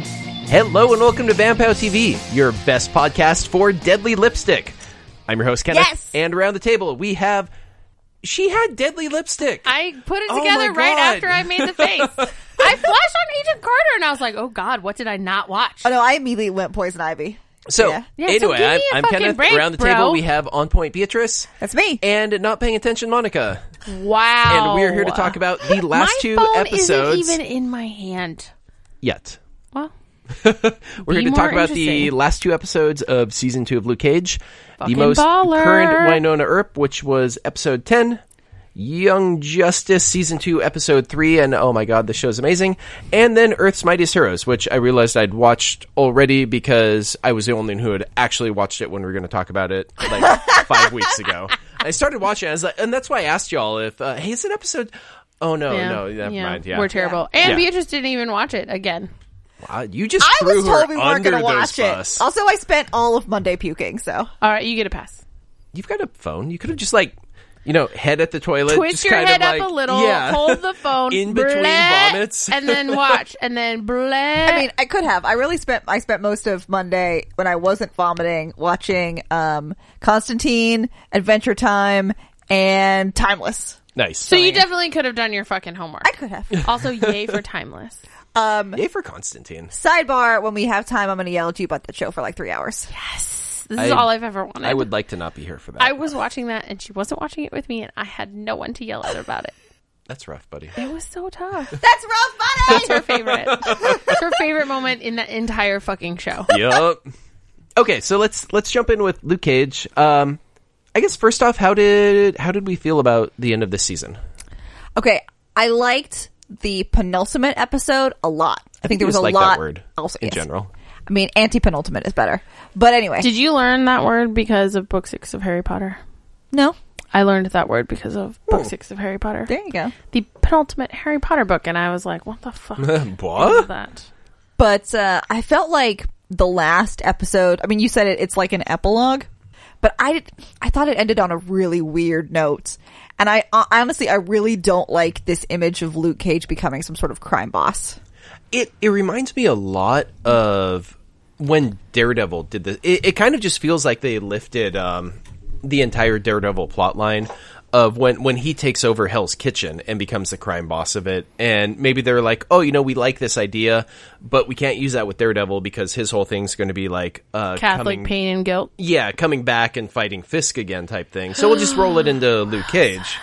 Hello and welcome to Vampire TV, your best podcast for deadly lipstick. I'm your host Kenneth, Yes! and around the table we have. She had deadly lipstick. I put it Oh together my right God. after I made the face. I flashed on Agent Carter and I was like, oh God, what did I not watch? Oh no, I immediately went poison ivy. so yeah. Yeah, so anyway, give me I'm, a I'm fucking Kenneth. break, around the bro. table we have on point Beatrice That's me. and not paying attention Monica, Wow. and we are here to talk about the last Oh. My two phone episodes Isn't even in my hand. yet. Well, We're Be here to more talk about the interesting. last two episodes of season two of Luke Cage, Fucking the most baller. current Winona Earp, which was episode ten, Young Justice season two episode three, and oh my god, the show's amazing. And then Earth's Mightiest Heroes, which I realized I'd watched already because I was the only one who had actually watched it when we were going to talk about it like five weeks ago. I started watching, it, I was like, and that's why I asked y'all if uh, hey, is it episode? Oh no, yeah, no, never yeah, mind. Yeah, We're terrible. And Yeah. Beatrice didn't even watch it again. Wow, you just I threw was her told we weren't under going to those watch it. bus. Also, I spent all of Monday puking. So All right, you get a pass. you've got a phone. You could have just like, you know, head at the toilet, Twist just your kind head of up like, a little, yeah, hold the phone in between bleh, vomits. and then watch, and then bleh. I mean, I could have. I really spent. I spent most of Monday when I wasn't vomiting watching um, Constantine, Adventure Time, and Timeless. nice. so you definitely could have done your fucking homework. I could have. also, yay for timeless. Yay for Constantine. Sidebar: When we have time, I'm going to yell at you about that show for like three hours. This is I- all I've ever wanted. I would like to not be here for that. I was watching that and she wasn't watching it with me and I had no one to yell at her about it. That's rough, buddy. It was so tough. That's rough, buddy. It's her favorite. It's her favorite moment in the entire fucking show. yep. Okay, so let's let's jump in with Luke Cage. Um, I guess first off, how did how did we feel about the end of this season? Okay, I liked the penultimate episode a lot. I, think there you was just a like lot. that word also, in yes. general. I mean, anti penultimate is better. But anyway, Did you learn that word because of book six of Harry Potter? no, I learned that word because of book six of Harry Potter. there you go. The penultimate Harry Potter book, and I was like, what the fuck is What? that? But uh, I felt like the last episode. I mean, you said it. It's like an epilogue, but I did, I thought it ended on a really weird note. And I uh, honestly, I really don't like this image of Luke Cage becoming some sort of crime boss. it it reminds me a lot of when Daredevil did this. It, it kind of just feels like they lifted um, the entire Daredevil plotline of when when he takes over Hell's Kitchen and becomes the crime boss of it. And maybe they're like, oh, you know, we like this idea, but we can't use that with Daredevil because his whole thing's going to be like uh, Catholic coming- pain and guilt. yeah, coming back and fighting Fisk again type thing. So we'll just roll it into Luke Cage.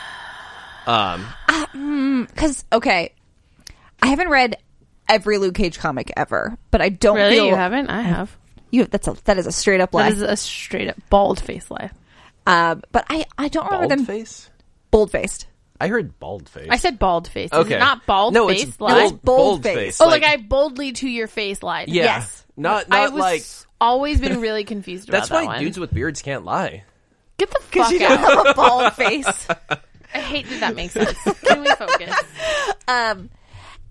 Um, Because okay, I haven't read every Luke Cage comic ever, but I don't Really? feel You haven't? I have. you. That's a that is a straight up lie. That is a straight up bald face lie. Um, but I I don't remember Bald them face. bold faced. I heard bald face. I said bald face. Is okay, it not bald No, face it's lie? bold, bold bold face. face. Oh, like, I boldly to your face lied. Yeah. Yes. Not I not was like always been really confused about that's that why one. dudes with beards can't lie. Get the fuck You don't out. have a bald face. I hate that that makes sense. Can we focus?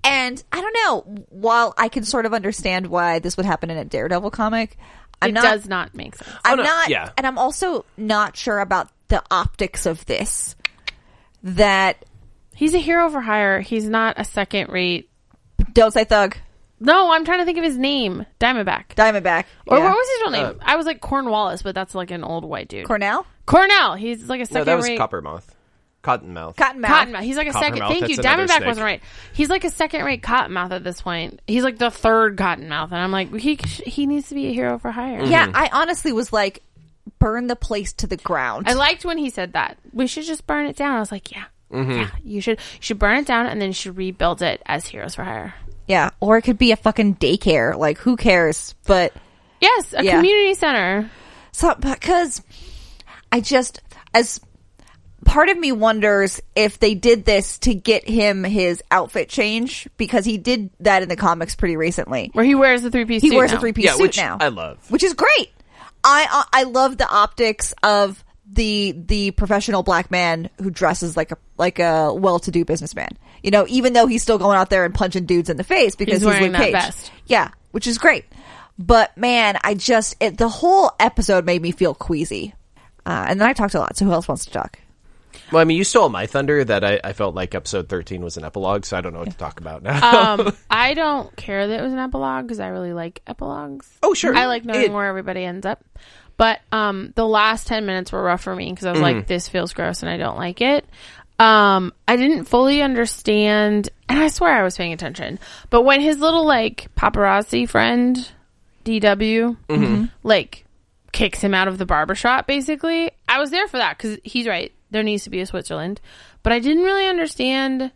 And I don't know. While I can sort of understand why this would happen in a Daredevil comic, I'm it not. does Oh, not make sense. I'm no, not. yeah. And I'm also not sure about the optics of this. That He's a hero for hire. He's not a second rate. don't say thug No, I'm trying to think of his name. Diamondback. Diamondback or yeah. what was his real name? I was like Cornwallis, but that's like an old white dude. Cornell Cornell. He's like a No, second that was rate. Coppermouth, Cottonmouth. Cottonmouth. Cottonmouth. He's like a second. Coppermouth, Thank that's you. another Diamondback snake. wasn't right. He's like a second rate cottonmouth at this point. He's like the third cottonmouth, and I'm like, he he needs to be a hero for hire. Yeah, I honestly was like, burn the place to the ground. I liked when he said that. We should just burn it down. I was like, yeah. Yeah, you should you should burn it down and then you should rebuild it as Heroes for Hire. yeah, or it could be a fucking daycare. Like, who cares? But Yes, a Yeah. community center. So, because I just, as part of me wonders if they did this to get him his outfit change because he did that in the comics pretty recently. Where he wears the three piece He suit. wears now. a three piece Yeah, suit which now, I love. which is great. I I love the optics of the the professional black man who dresses like a like a well to do businessman. You know, even though he's still going out there and punching dudes in the face because He's he's, wearing Luke that Cage. vest. Yeah, which is great. But man, I just it, the whole episode made me feel queasy. Uh, and then I talked a lot. So who else wants to talk? Well, I mean, you stole my thunder that I, I felt like episode 13 was an epilogue, so I don't know what to talk about now. Um, I don't care that it was an epilogue because I really like epilogues. Oh, sure. I like knowing It- where everybody ends up. But um, the last 10 minutes were rough for me because I was like, this feels gross and I don't like it. Um, I didn't fully understand, and I swear I was paying attention. But when his little, like, paparazzi friend, DW, Mm-hmm. like, kicks him out of the barbershop, basically, I was there for that because he's right. There needs to be a Switzerland. But I didn't really understand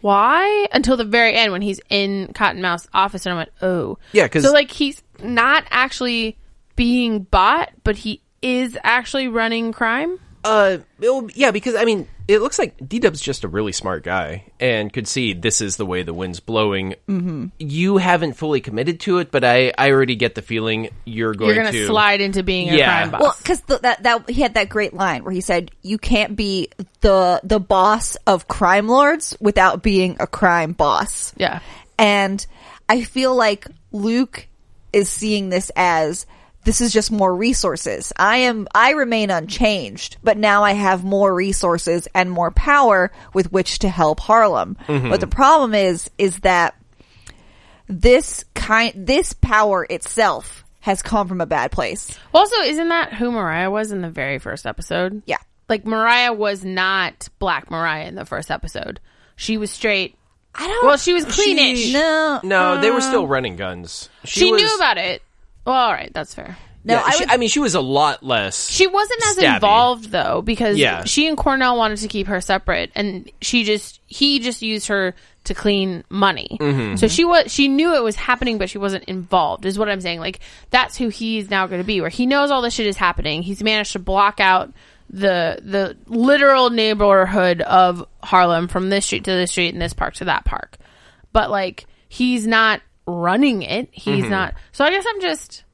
why until the very end when he's in Cottonmouth's office and I went, oh. Yeah, 'cause- So, like, he's not actually being bought, but he is actually running crime. Uh, it'll- yeah, because I mean, it looks like D Dub's just a really smart guy and could see this is the way the wind's blowing. Mm-hmm. You haven't fully committed to it, but I, I already get the feeling you're going You're going to to slide into being a Yeah. crime boss. Well, because that that he had that great line where he said, "You can't be the the boss of crime lords without being a crime boss." yeah. And I feel like Luke is seeing this as this is just more resources. I am I remain unchanged, but now I have more resources and more power with which to help Harlem. But the problem is is that this kind this power itself has come from a bad place. Also, isn't that who Mariah was in the very first episode? Yeah. Like, Mariah was not Black Mariah in the first episode. She was straight. I don't Well, she was cleanish. She, No. No, they were still running guns. She, Uh. knew about it. Well, all right, that's fair. No, yeah, I she- would I mean, she was a lot less. She wasn't as Stabby. involved though because Yeah. she and Cornell wanted to keep her separate, and she just he just used her to clean money. Mm-hmm. So she was she knew it was happening, but she wasn't involved. Is what I'm saying. Like that's who he's now going to be. Where he knows all this shit is happening. He's managed to block out the the literal neighborhood of Harlem from this street to this street and this park to that park. But like he's not running it. He's Mm-hmm. not. So I guess I'm just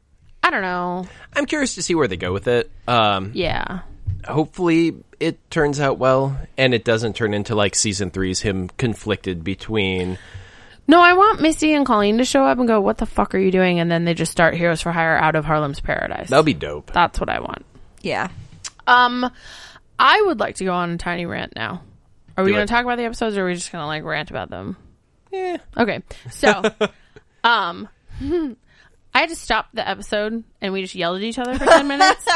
I don't know. I'm curious to see where they go with it. Um, Yeah. hopefully it turns out well and it doesn't turn into like season three's him conflicted between. No, I want Missy and Colleen to show up and go, "What the fuck are you doing?" And then they just start Heroes for Hire out of Harlem's Paradise. That'll be dope. That's what I want. Yeah. Um, I would like to go on a tiny rant now. Are we Do going it. to talk about the episodes, or are we just going to like rant about them? Yeah. Okay, so, um, I had to stop the episode, and we just yelled at each other for ten minutes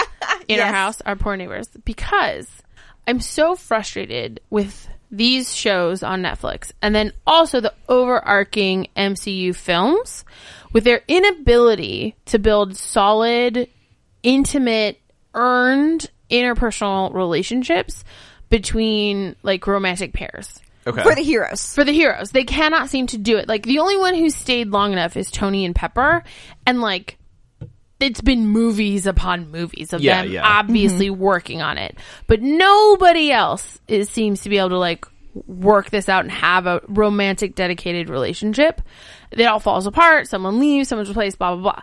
in our Yes. house, our poor neighbors, because I'm so frustrated with these shows on Netflix, and then also the overarching MCU films with their inability to build solid, intimate, earned interpersonal relationships between like romantic pairs Okay. For the heroes. for the heroes. They cannot seem to do it. Like the only one who stayed long enough is Tony and Pepper, and like it's been movies upon movies of Yeah, them yeah. obviously working on it, but nobody else is, seems to be able to like work this out and have a romantic, dedicated relationship. It all falls apart. Someone leaves. Someone's replaced. Blah blah blah.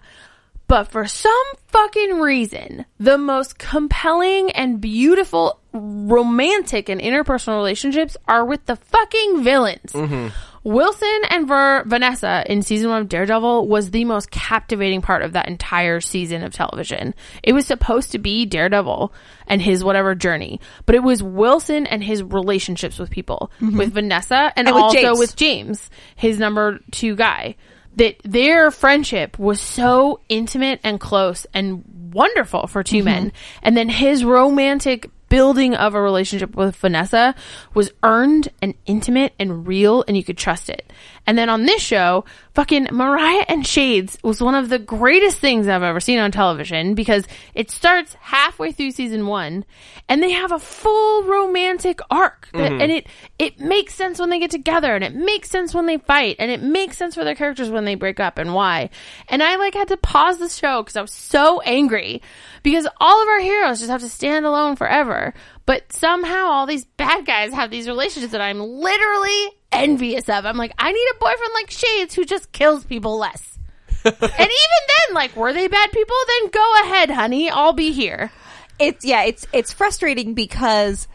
But for some fucking reason, the most compelling and beautiful romantic and interpersonal relationships are with the fucking villains. Mm-hmm. Wilson and Ver- Vanessa in season one of Daredevil was the most captivating part of that entire season of television. It was supposed to be Daredevil and his whatever journey, but it was Wilson and his relationships with people, with Vanessa and, And with also James. with James, his number two guy, that their friendship was so intimate and close and wonderful for 2 men. And then his romantic building of a relationship with Vanessa was earned and intimate and real and you could trust it. And then on this show, fucking Mariah and Shades was one of the greatest things I've ever seen on television because it starts halfway through season 1 and they have a full romantic arc that, and it it makes sense when they get together and it makes sense when they fight and it makes sense for their characters when they break up and why. And I like had to pause the show cuz I was so angry because all of our heroes just have to stand alone forever. But somehow all these bad guys have these relationships that I'm literally envious of. I'm like, I need a boyfriend like Shades who just kills people less. and even then, like, were they bad people? Then go ahead, honey. I'll be here. It's yeah, it's it's frustrating because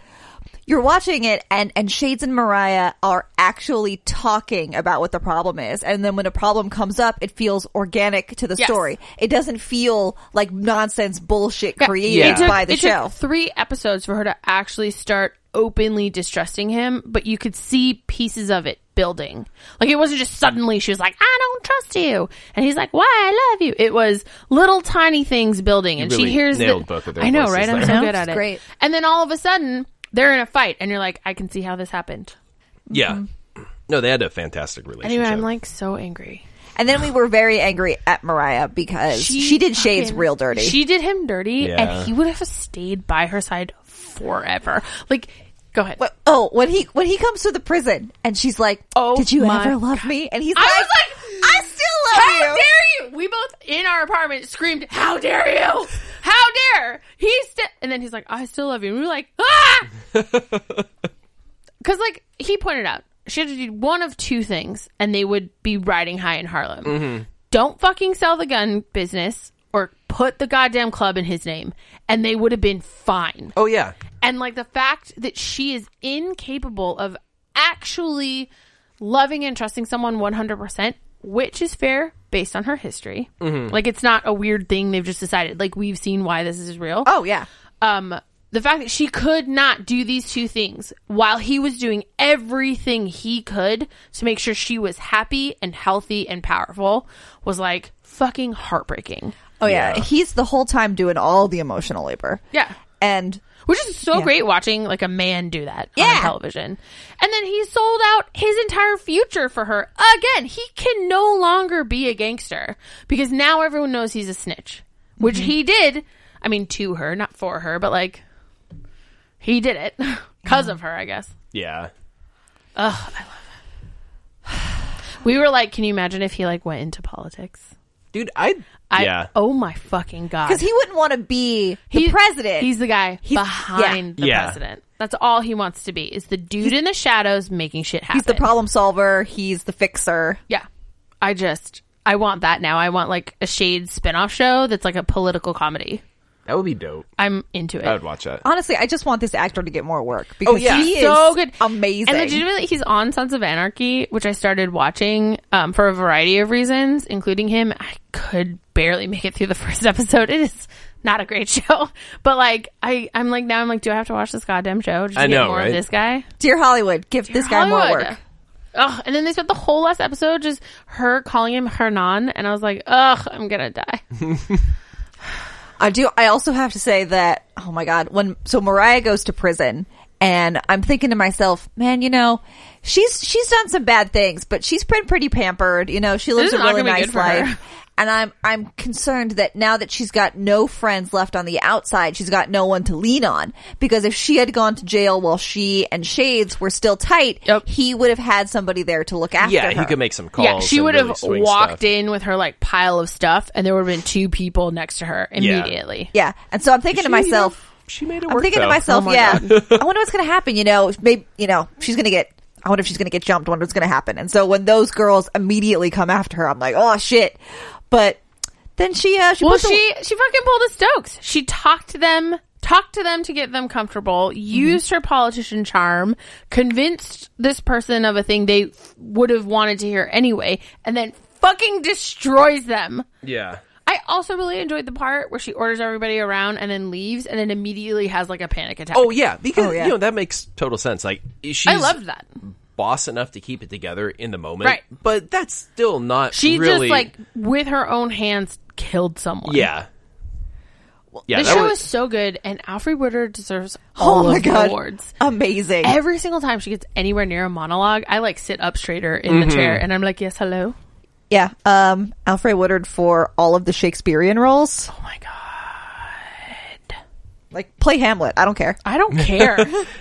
you're watching it and and Shades and Mariah are actually talking about what the problem is. And then when a problem comes up, it feels organic to the Yes. story. It doesn't feel like nonsense bullshit Yeah. created Yeah. It took- by the it took show. three episodes for her to actually start openly distrusting him, but you could see pieces of it building. Like it wasn't just suddenly she was like, "I don't trust you," and he's like, "Why I love you." It was little tiny things building, and really she hears nailed the, both of their I know, voices right? I'm there. so Mhm. good at It's it. great. And then all of a sudden, they're in a fight, and you're like, "I can see how this happened." Yeah. No, they had a fantastic relationship. Anyway, I'm like so angry. And then we were very angry at Mariah because she, did Shades fucking- real dirty. She did him dirty, Yeah. and he would have stayed by her side forever. Like, go ahead. But- oh, when he when he comes to the prison and she's like, Oh did you my ever love me?" And he's I like, was like, "I still How love you." dare you? We both in our apartment screamed, "How dare you? How dare?" He st- and then he's like, "I still love you." And we were like, "Ah!" Cuz like he pointed out, she had to do one of two things and they would be riding high in Harlem. Mm-hmm. Don't fucking sell the gun business or put the goddamn club in his name and they would have been fine. oh yeah, And like the fact that she is incapable of actually loving and trusting someone 100%, which is fair based on her history. Like it's not a weird thing they've just decided. Like we've seen why this is real. Oh yeah. Um the fact that she could not do these two things while he was doing everything he could to make sure she was happy and healthy and powerful was like fucking heartbreaking. Oh yeah. Yeah. He's the whole time doing all the emotional labor. Yeah. And Which is so Yeah. great watching like a man do that Yeah. on television. And then he sold out his entire future for her. Again, he can no longer be a gangster because now everyone knows he's a snitch, which Mm-hmm. he did. I mean, to her, not for her, but like he did it because of her, I guess. yeah. We were like, can you imagine if he like went into politics? Dude, I, I, yeah. Oh my fucking god. because he wouldn't want to be the He- president. He's the guy He's- behind the Yeah. president. That's all he wants to be is the dude in the shadows making shit happen. he's the problem solver. He's the fixer. Yeah. I just I want that now. I want like a shade spin-off show that's like a political comedy. that would be dope. I'm into it. I would watch that. Honestly, I just want this actor to get more work because yeah. he is Oh, so good. amazing. And legitimately he's on Sons of Anarchy, which I started watching um, for a variety of reasons, including him. I could barely make it through the first episode. It is not a great show. But like I I'm like now I'm like, do I have to watch this goddamn show? Just I to get know, more right? of this guy. Dear Hollywood, give this guy Hollywood. more work. Ugh, and then they spent the whole last episode just her calling him Hernan, and I was like, ugh, I'm gonna die. I do. I also have to say that, oh my God, when, so Mariah goes to prison and I'm thinking to myself, man, you know, she's, she's done some bad things, but she's been pretty pampered. You know, she is lives a not really gonna be nice good for her. life. And I'm, I'm concerned that now that she's got no friends left on the outside, she's got no one to lean on. Because if she had gone to jail while she and Shades were still tight, Yep. he would have had somebody there to look after yeah, her. he could make some calls. Yeah, she and would really have swing walked stuff. in with her like pile of stuff, and there would have been two people next to her Yeah. immediately. Yeah. And so I'm thinking to myself, She made it I'm work. thinking to though. myself, Oh my yeah. I God. wonder what's going to happen. You know, maybe you know she's going to get. I wonder if she's going to get jumped. I wonder what's going to happen. And so when those girls immediately come after her, I'm like, oh shit. But then she, uh, she, Well, puts a- she she fucking pulled a Stokes. She talked to them, talked to them to get them Mm-hmm. comfortable. Used her politician charm, convinced this person of a thing they f- would have wanted to hear anyway, and then fucking destroys them. Yeah. I also really enjoyed the part where she orders everybody around and then leaves, and then immediately has like a panic attack. Oh yeah, because Oh, yeah. you know that makes total sense. Like she's I loved that. boss enough to keep it together in the moment, Right. But that's still not. She really, just like with her own hands killed someone. yeah, yeah. the that show was- is so good, and Alfred Woodard deserves oh all my of the god, awards. amazing. Every single time she gets anywhere near a monologue, I like sit up straighter in Mm-hmm. the chair, and I'm like, "Yes, hello." yeah. Um, Alfred Woodard for all of the Shakespearean roles. Oh my god, Like play Hamlet. I don't care. I don't care.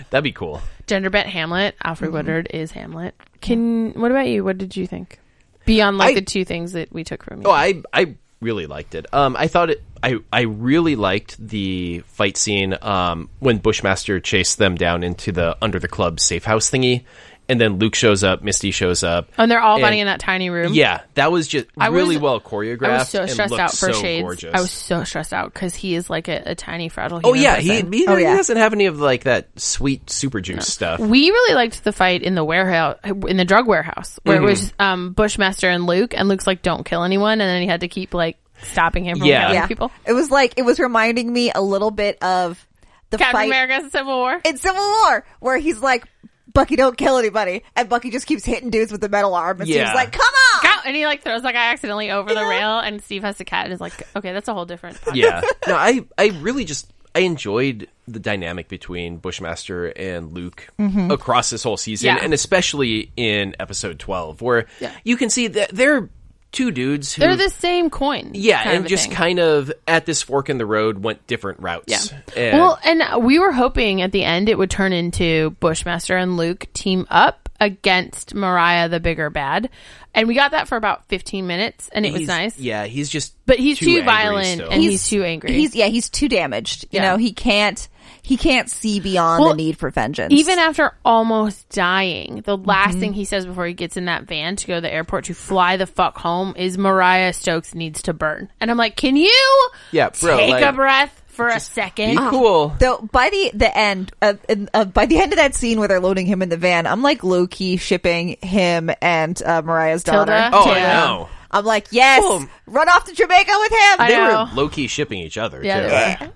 that'd be cool. Gender bent Hamlet. Alfred Woodard is Hamlet. Can what about you? What did you think? Beyond like I- the two things that we took from you. Oh, I I really liked it. Um, I thought it. I I really liked the fight scene. Um, when Bushmaster chased them down into the under the club safe house thingy, and then Luke shows up, Misty shows up. Oh, and they're all fighting in And- that tiny room. Yeah, that was just Uh, I was- really well choreographed. I was so and stressed looked out for so Shades. Gorgeous. I was so stressed out because he is like a, a tiny fragile. Oh human yeah, he, person. he, Oh, yeah. he doesn't have any of like that sweet super juice stuff. We really liked the fight in the warehouse, in the drug warehouse, where it Mm-hmm. was um, Bushmaster and Luke, and Luke's like, "Don't kill anyone," and then he had to keep like stopping him from Yeah. killing Yeah. people. It was like it was reminding me a little bit of the Captain fight America's Civil War. in Civil War where he's like, Bucky, don't kill anybody, and Bucky just keeps hitting dudes with the metal arm, and Yeah. Steve's like, come on, Ow! And he like throws like I accidentally over the rail, and Steve has to cat, and is like, "Okay, that's a whole different." podcast." yeah. No, I I really just I enjoyed the dynamic between Bushmaster and Luke across this whole season, Mm-hmm. Yeah. and especially in episode twelve, where Yeah. you can see that they're two dudes who They're the same coin. yeah, kind and of a just thing. kind of at this fork in the road went different routes. And well, and we were hoping at the end it would turn into Bushmaster and Luke team up against Mariah, the bigger bad, and we got that for about fifteen minutes, and it was he's- nice. Yeah, he's just But he's too angry violent still. and- he's too angry. He's yeah, he's too damaged. You Yeah. know, he can't he can't see beyond Well, the need for vengeance. Even after almost dying, the last Mm-hmm. thing he says before he gets in that van to go to the airport to fly the fuck home is Mariah Stokes needs to burn. And I'm like, can you Yeah, bro, take a like, breath for a second? be cool. though, by the the end of, in- of by the end of that scene where they're loading him in the van, I'm like low key shipping him and uh, Mariah's Tilda? daughter. Oh, I Yeah. know. I'm like, yes, Boom. run off to Jamaica with him. I They know. were low key shipping each other. Yeah, too. they were.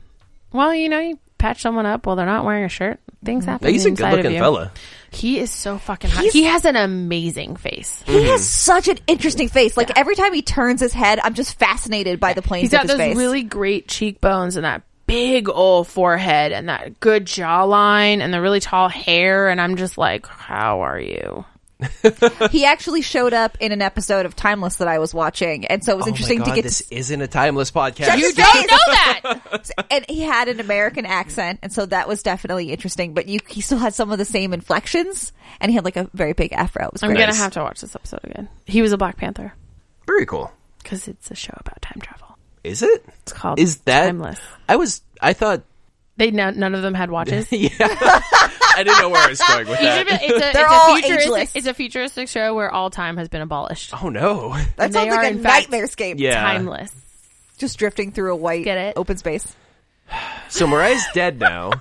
Well, you know, you patch someone up while they're not wearing a shirt. Things happen. he's a inside good of looking you. fella. He is so fucking hot. Mm-hmm. He's- He has an amazing face. He has such an interesting face. Like every time he turns his head, I'm just fascinated by the He's planes got of his those face. really great cheekbones and that big old forehead and that good jawline and the really tall hair. And I'm just like, how are you? he actually showed up in an episode of Timeless that I was watching, and so it was interesting oh my God, to get this to isn't a timeless podcast. Shut You His don't face. know that. and he had an American accent, and so that was definitely interesting. But you, he still had some of the same inflections, and he had like a very big afro. It was I'm great. gonna have to watch this episode again. He was a Black Panther Very cool. because it's a show about time travel. Is it? It's called Is that Timeless. I was. I thought. They no, none of them had watches. Yeah. I didn't know where I was going with Egypt- that. it's a, it's They're a all futuristic- ageless. It's a futuristic show where all time has been abolished. Oh no. That and they sounds are, like a in fact- nightmarescape. Yeah. Timeless. just drifting through a white Get it? open space. So Mariah's dead now.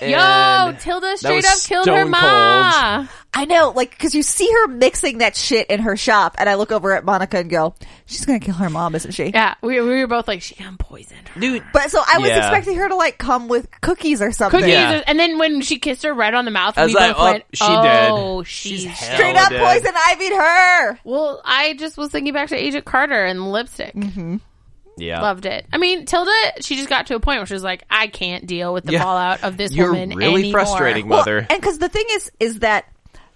Yo, and Tilda that straight was up killed stone her ma. I know, like, because you see her mixing that shit in her shop, and I look over at Monica and go, "She's gonna kill her mom, isn't she?" Yeah, we, we were both like, she unpoisoned her. cold. dude. But so I was Yeah. expecting her to like come with cookies or something. Cookies, Yeah. and then when she kissed her right on the mouth, I was we like, both oh, went, she oh, dead. she's She's dead. hell. Straight up Hell, Oh, dude. poison ivied her. Well, I just was thinking back to Agent Carter and lipstick. Mm-hmm. yeah. Loved it. I mean, Tilda, she just got to a point where she was like, I can't deal with the Yeah. fallout of this You're woman. really anymore. frustrating, Well, mother. and because the thing is, is that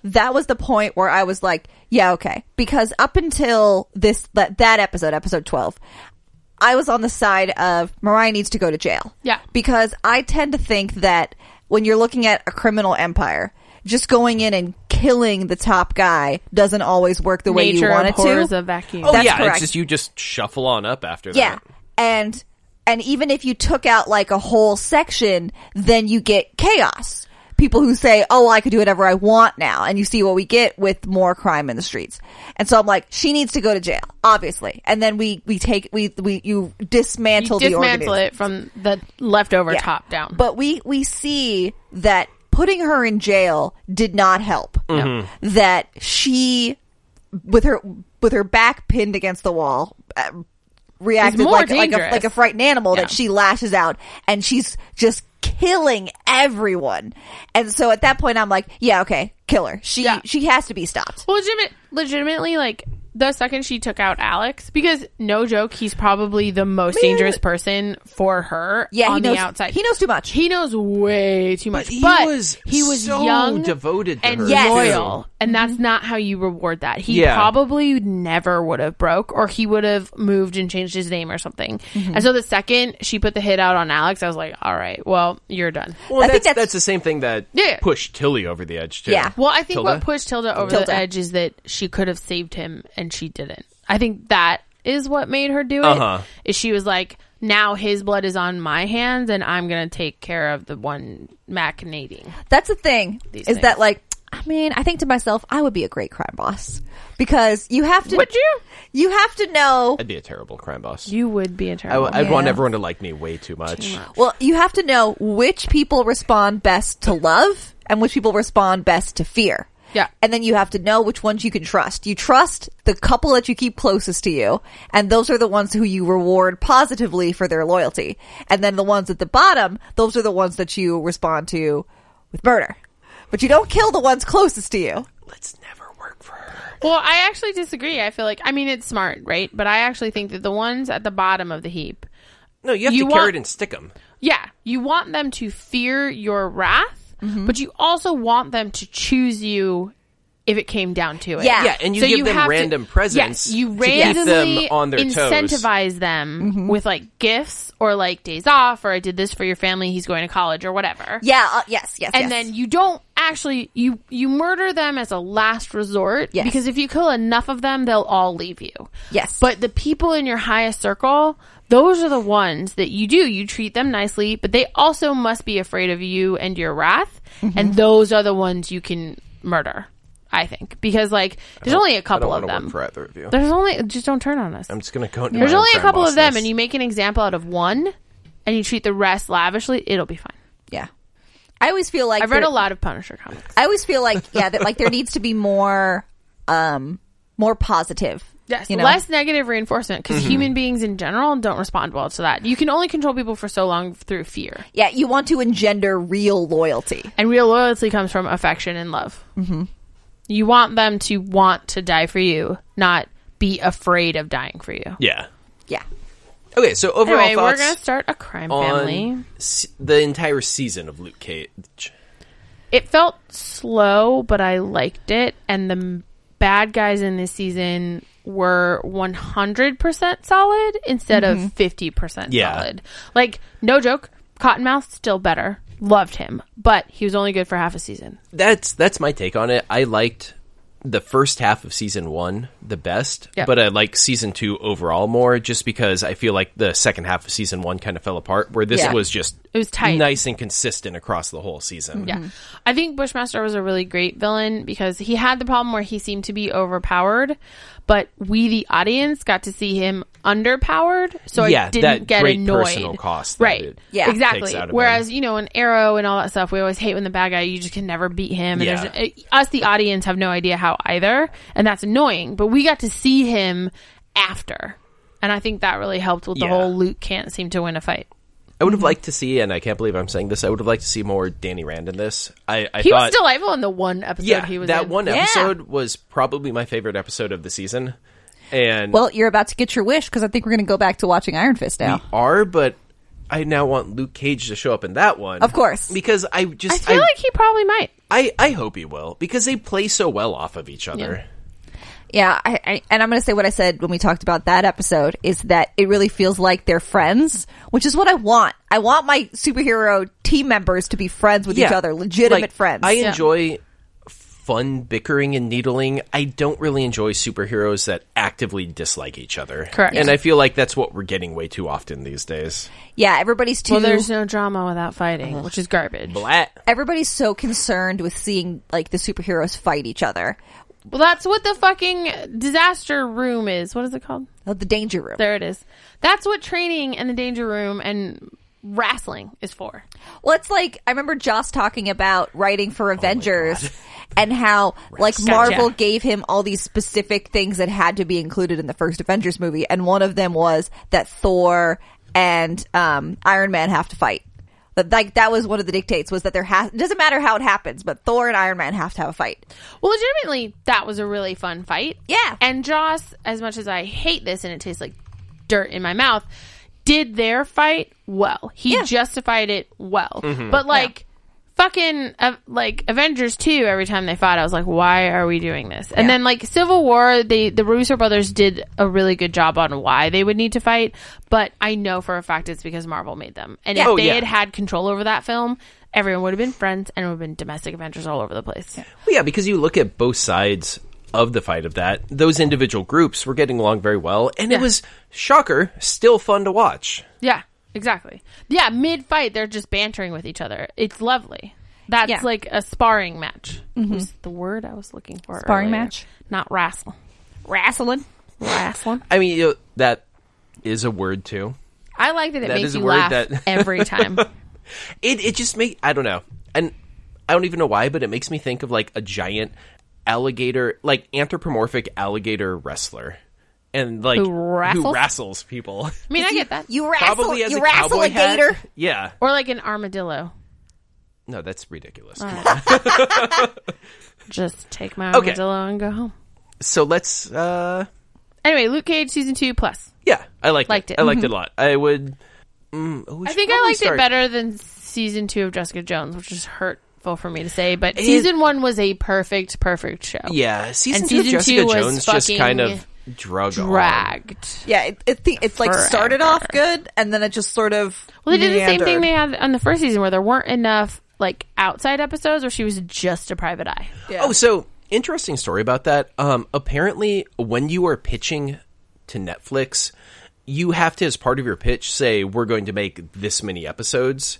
that was the point where I was like, yeah, okay. Because up until this that that episode, episode twelve, I was on the side of Mariah needs to go to jail. Yeah. because I tend to think that when you're looking at a criminal empire. Just going in and killing the top guy doesn't always work the way Nature you want it abhors to. a vacuum. oh that's yeah. correct. It's just you just shuffle on up after Yeah. that. And and even if you took out like a whole section, then you get chaos. People who say, "Oh, well, I could do whatever I want now," and you see what we get with more crime in the streets. And so I'm like, she needs to go to jail, obviously. And then we we take we we you dismantle, the dismantle organization. it from the leftover Yeah. top down. But we we see that putting her in jail did not help. That she with her with her back pinned against the wall uh, reacted more like like a, dangerous. like a frightened animal Yeah. that she lashes out and she's just killing everyone. And so at that point I'm like, yeah, okay, kill her. She Yeah. she has to be stopped. Well, Legit- legitimately, like the second she took out Alex, because no joke, he's probably the most dangerous person for her. Yeah, on he knows the outside, He knows too much. He knows way too much. But he But was he was so young, devoted to and her, Yes. loyal, and that's not how you reward that. He Yeah. probably never would have broke, or he would have moved and changed his name or something. And so the second she put the hit out on Alex, I was like, all right, well, you're done. Well, I that's, think that's that's- the same thing that Yeah. pushed Tilly over the edge too. Yeah. Well, I think what Tilda? pushed Tilda over Tilda. the edge is that she could have saved him and she didn't. I think that is what made her do it. Is Uh-huh. she was like, now his blood is on my hands and I'm going to take care of the one machinating. That's the thing is things. that like I mean, I think to myself, I would be a great crime boss because you have to. Would you? You have to know. I'd be a terrible crime boss. You would be a I, terrible. would want Yeah. everyone to like me way too much. Well, you have to know which people respond best to love and which people respond best to fear. Yeah. And then you have to know which ones you can trust. You trust the couple that you keep closest to you, and those are the ones who you reward positively for their loyalty. And then the ones at the bottom, those are the ones that you respond to with murder. But you don't kill the ones closest to you. Let's never work for her. well, I actually disagree. I feel like I mean it's smart, right? But I actually think that the ones at the bottom of the heap, No, you have You to carry want- it and stick them. yeah, you want them to fear your wrath, Mm-hmm. but you also want them to choose you if it came down to it. Yeah. Yeah, and you give them have to- random presents Yes, you to keep them randomly on their toes. Mm-hmm. incentivize them with like gifts or like days off, or I did this for your family. He's going to college or whatever. Yeah. Uh, yes. Yes. and yes. then you don't actually you you murder them as a last resort Yes. because if you kill enough of them they'll all leave you Yes. but the people in your highest circle those are the ones that you do you treat them nicely but they also must be afraid of you and your wrath Mm-hmm. and those are the ones you can murder i think because like there's only a I don't couple want of to work them for either of you. there's only just don't turn on us I'm just gonna go. Into there's only a couple of them and you make an example out of one and you treat the rest lavishly it'll be fine yeah. I always feel like i've read there- a lot of punisher comics I always feel like yeah that like there needs to be more um more positive. Yes, you know? less negative reinforcement because human beings in general don't respond well to that. You can only control people for so long through fear, Yeah, you want to engender real loyalty. and real loyalty comes from affection and love. Mm-hmm. You want them to want to die for you, not be afraid of dying for you. yeah. Yeah. Okay, so overall Anyway, we're thoughts gonna start a crime family. on se- the entire season of Luke Cage. It felt slow, but I liked it, and the m- bad guys in this season were 100% solid instead of 50% Yeah. solid. Like, no joke, Cottonmouth still better. Loved him, but he was only good for half a season. that's that's my take on it. I liked the first half of season one the best, Yeah. but I like season two overall more, just because I feel like the second half of season one kind of fell apart, where this Yeah. was just It was tight. nice and consistent across the whole season. Yeah. I think Bushmaster was a really great villain because he had the problem where he seemed to be overpowered, but we, the audience, got to see him underpowered. So Yeah, I didn't that get great annoyed. personal cost that Right. it Yeah. takes Exactly. out of Whereas, him. you know, an arrow and all that stuff, we always hate when the bad guy, you just can never beat him. And Yeah. there's, uh, us, the audience, have no idea how either. And that's annoying. But we got to see him after. And I think that really helped with the Yeah. whole Luke can't seem to win a fight. I would have liked to see, and I can't believe I'm saying this. I would have liked to see more Danny Rand in this. I, I He thought, was delightful in the one episode yeah, he was that in. one Yeah. episode was probably my favorite episode of the season, and Well, you're about to get your wish because I think we're going to go back to watching Iron Fist now. we are, but I now want Luke Cage to show up in that one, Of course. because I I just feel like he probably might. I, I hope he will because they play so well off of each other. Yeah, I, I and I'm going to say what I said when we talked about that episode is that it really feels like they're friends, which is what I want. I want my superhero team members to be friends with each other, legitimate Like, friends. I enjoy fun bickering and needling. I don't really enjoy superheroes that actively dislike each other. Correct. And I feel like that's what we're getting way too often these days. yeah, everybody's too Well, there's no drama without fighting, which is garbage. Blat. everybody's so concerned with seeing like the superheroes fight each other. Well, that's what the fucking disaster room is. What is it called? Oh, the danger room. There it is. That's what training and the danger room and wrestling is for. Well, it's like I remember Joss talking about writing for Oh Avengers and how like Marvel Gotcha. gave him all these specific things that had to be included in the first Avengers movie, and one of them was that Thor and um, Iron Man have to fight. That like that was one of the dictates was that there has it doesn't matter how it happens, but Thor and Iron Man have to have a fight. Well, legitimately, that was a really fun fight. Yeah. And Joss, as much as I hate this and it tastes like dirt in my mouth, did their fight well. He Yeah. justified it well. Mm-hmm. But like. Fucking uh, like Avengers two. Every time they fought, I was like, "Why are we doing this?" And then like Civil War, they the Russo brothers did a really good job on why they would need to fight. But I know for a fact it's because Marvel made them, and if Oh, they yeah. had had control over that film, everyone would have been friends and it would have been domestic Avengers all over the place. Well, yeah, because you look at both sides of the fight of that, those individual groups were getting along very well, and Yeah. it was shocker, still fun to watch. Yeah, exactly. Yeah, mid fight, they're just bantering with each other. It's lovely. That's Yeah. Mm-hmm. like a sparring match. Was the word I was looking for? Sparring earlier. match? not wrestle. Wrestling. Wrestling. I mean, you know, that is a word too. I like that it That makes is a you word laugh that- every time. It it just make I don't know, and I don't even know why, but it makes me think of like a giant alligator, like anthropomorphic alligator wrestler, and like Who wrestles? wrestles people. I mean, I get that. You wrestle. Probably as you a wrestle cowboy a hat. gator. Yeah. or like an armadillo. No, that's ridiculous. Just take my Okay. armadillo and go home. So let's. uh Anyway, Luke Cage season two plus. Yeah, I liked, Liked it. it. Mm-hmm. I liked it a lot. I would. Mm, oh, we I should think I probably liked start- it better than season two of Jessica Jones, which is hurtful for me to say, but It- season one was a perfect, perfect show. Yeah, season And two of season Jessica two was Jones just fucking kind of drug on. Dragged. Yeah, it, it thi- it's like started Forever. off good and then it just sort of Well, they did the same thing meandered. they had on the first season where there weren't enough like outside episodes where she was just a private eye. Yeah. Oh, so interesting story about that. Um, apparently, when you are pitching to Netflix, you have to, as part of your pitch, say we're going to make this many episodes,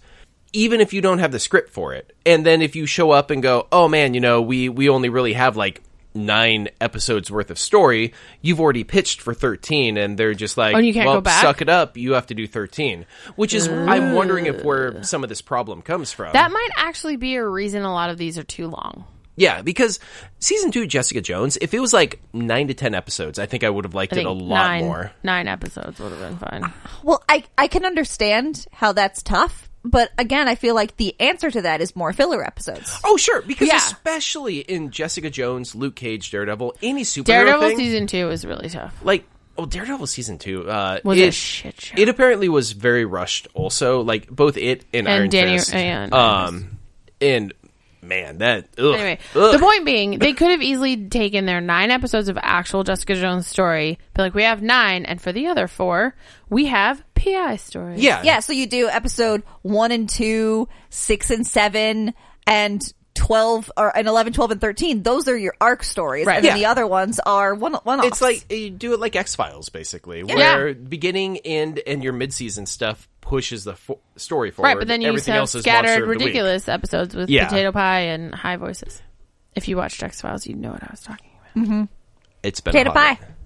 even if you don't have the script for it. And then if you show up and go, "Oh man, you know, we we only really have like." Nine episodes worth of story, you've already pitched for 13, and they're just like, Oh, and you can't well, go back? suck it up, you have to do 13. Which is, I'm wondering if where some of this problem comes from. That might actually be a reason a lot of these are too long. Yeah, because season two, Jessica Jones, if it was like nine to ten episodes, I think I would have liked I it think a lot nine, more. Nine episodes would have been fine. Well, I I can understand how that's tough, but again, I feel like the answer to that is more filler episodes. Oh, sure, because Yeah. especially in Jessica Jones, Luke Cage, Daredevil, any superhero Daredevil thing, season two was really tough. like oh, Daredevil season two uh, Was it, a shit show. It apparently was very rushed. Also, like both it and, Iron Danny- Fist. and Iron um, and man, that ugh, Anyway, ugh. the point being, they could have easily taken their nine episodes of actual Jessica Jones story, but like we have nine, and for the other four, we have PI stories. yeah, Yeah, so you do episode 1 and 2, 6 and 7 and 12 or and 11, 12 and 13. Those are your arc stories. Right. And then Yeah. the other ones are one one It's like you do it like X Files, basically, where beginning, end, and your mid season stuff pushes the fo- story forward. right. But then you Everything have else is monster scattered, of the week. ridiculous episodes with Yeah. potato pie and high voices. If you watched X Files, you'd know what I was talking about. It's been Potato a hot pie. minute.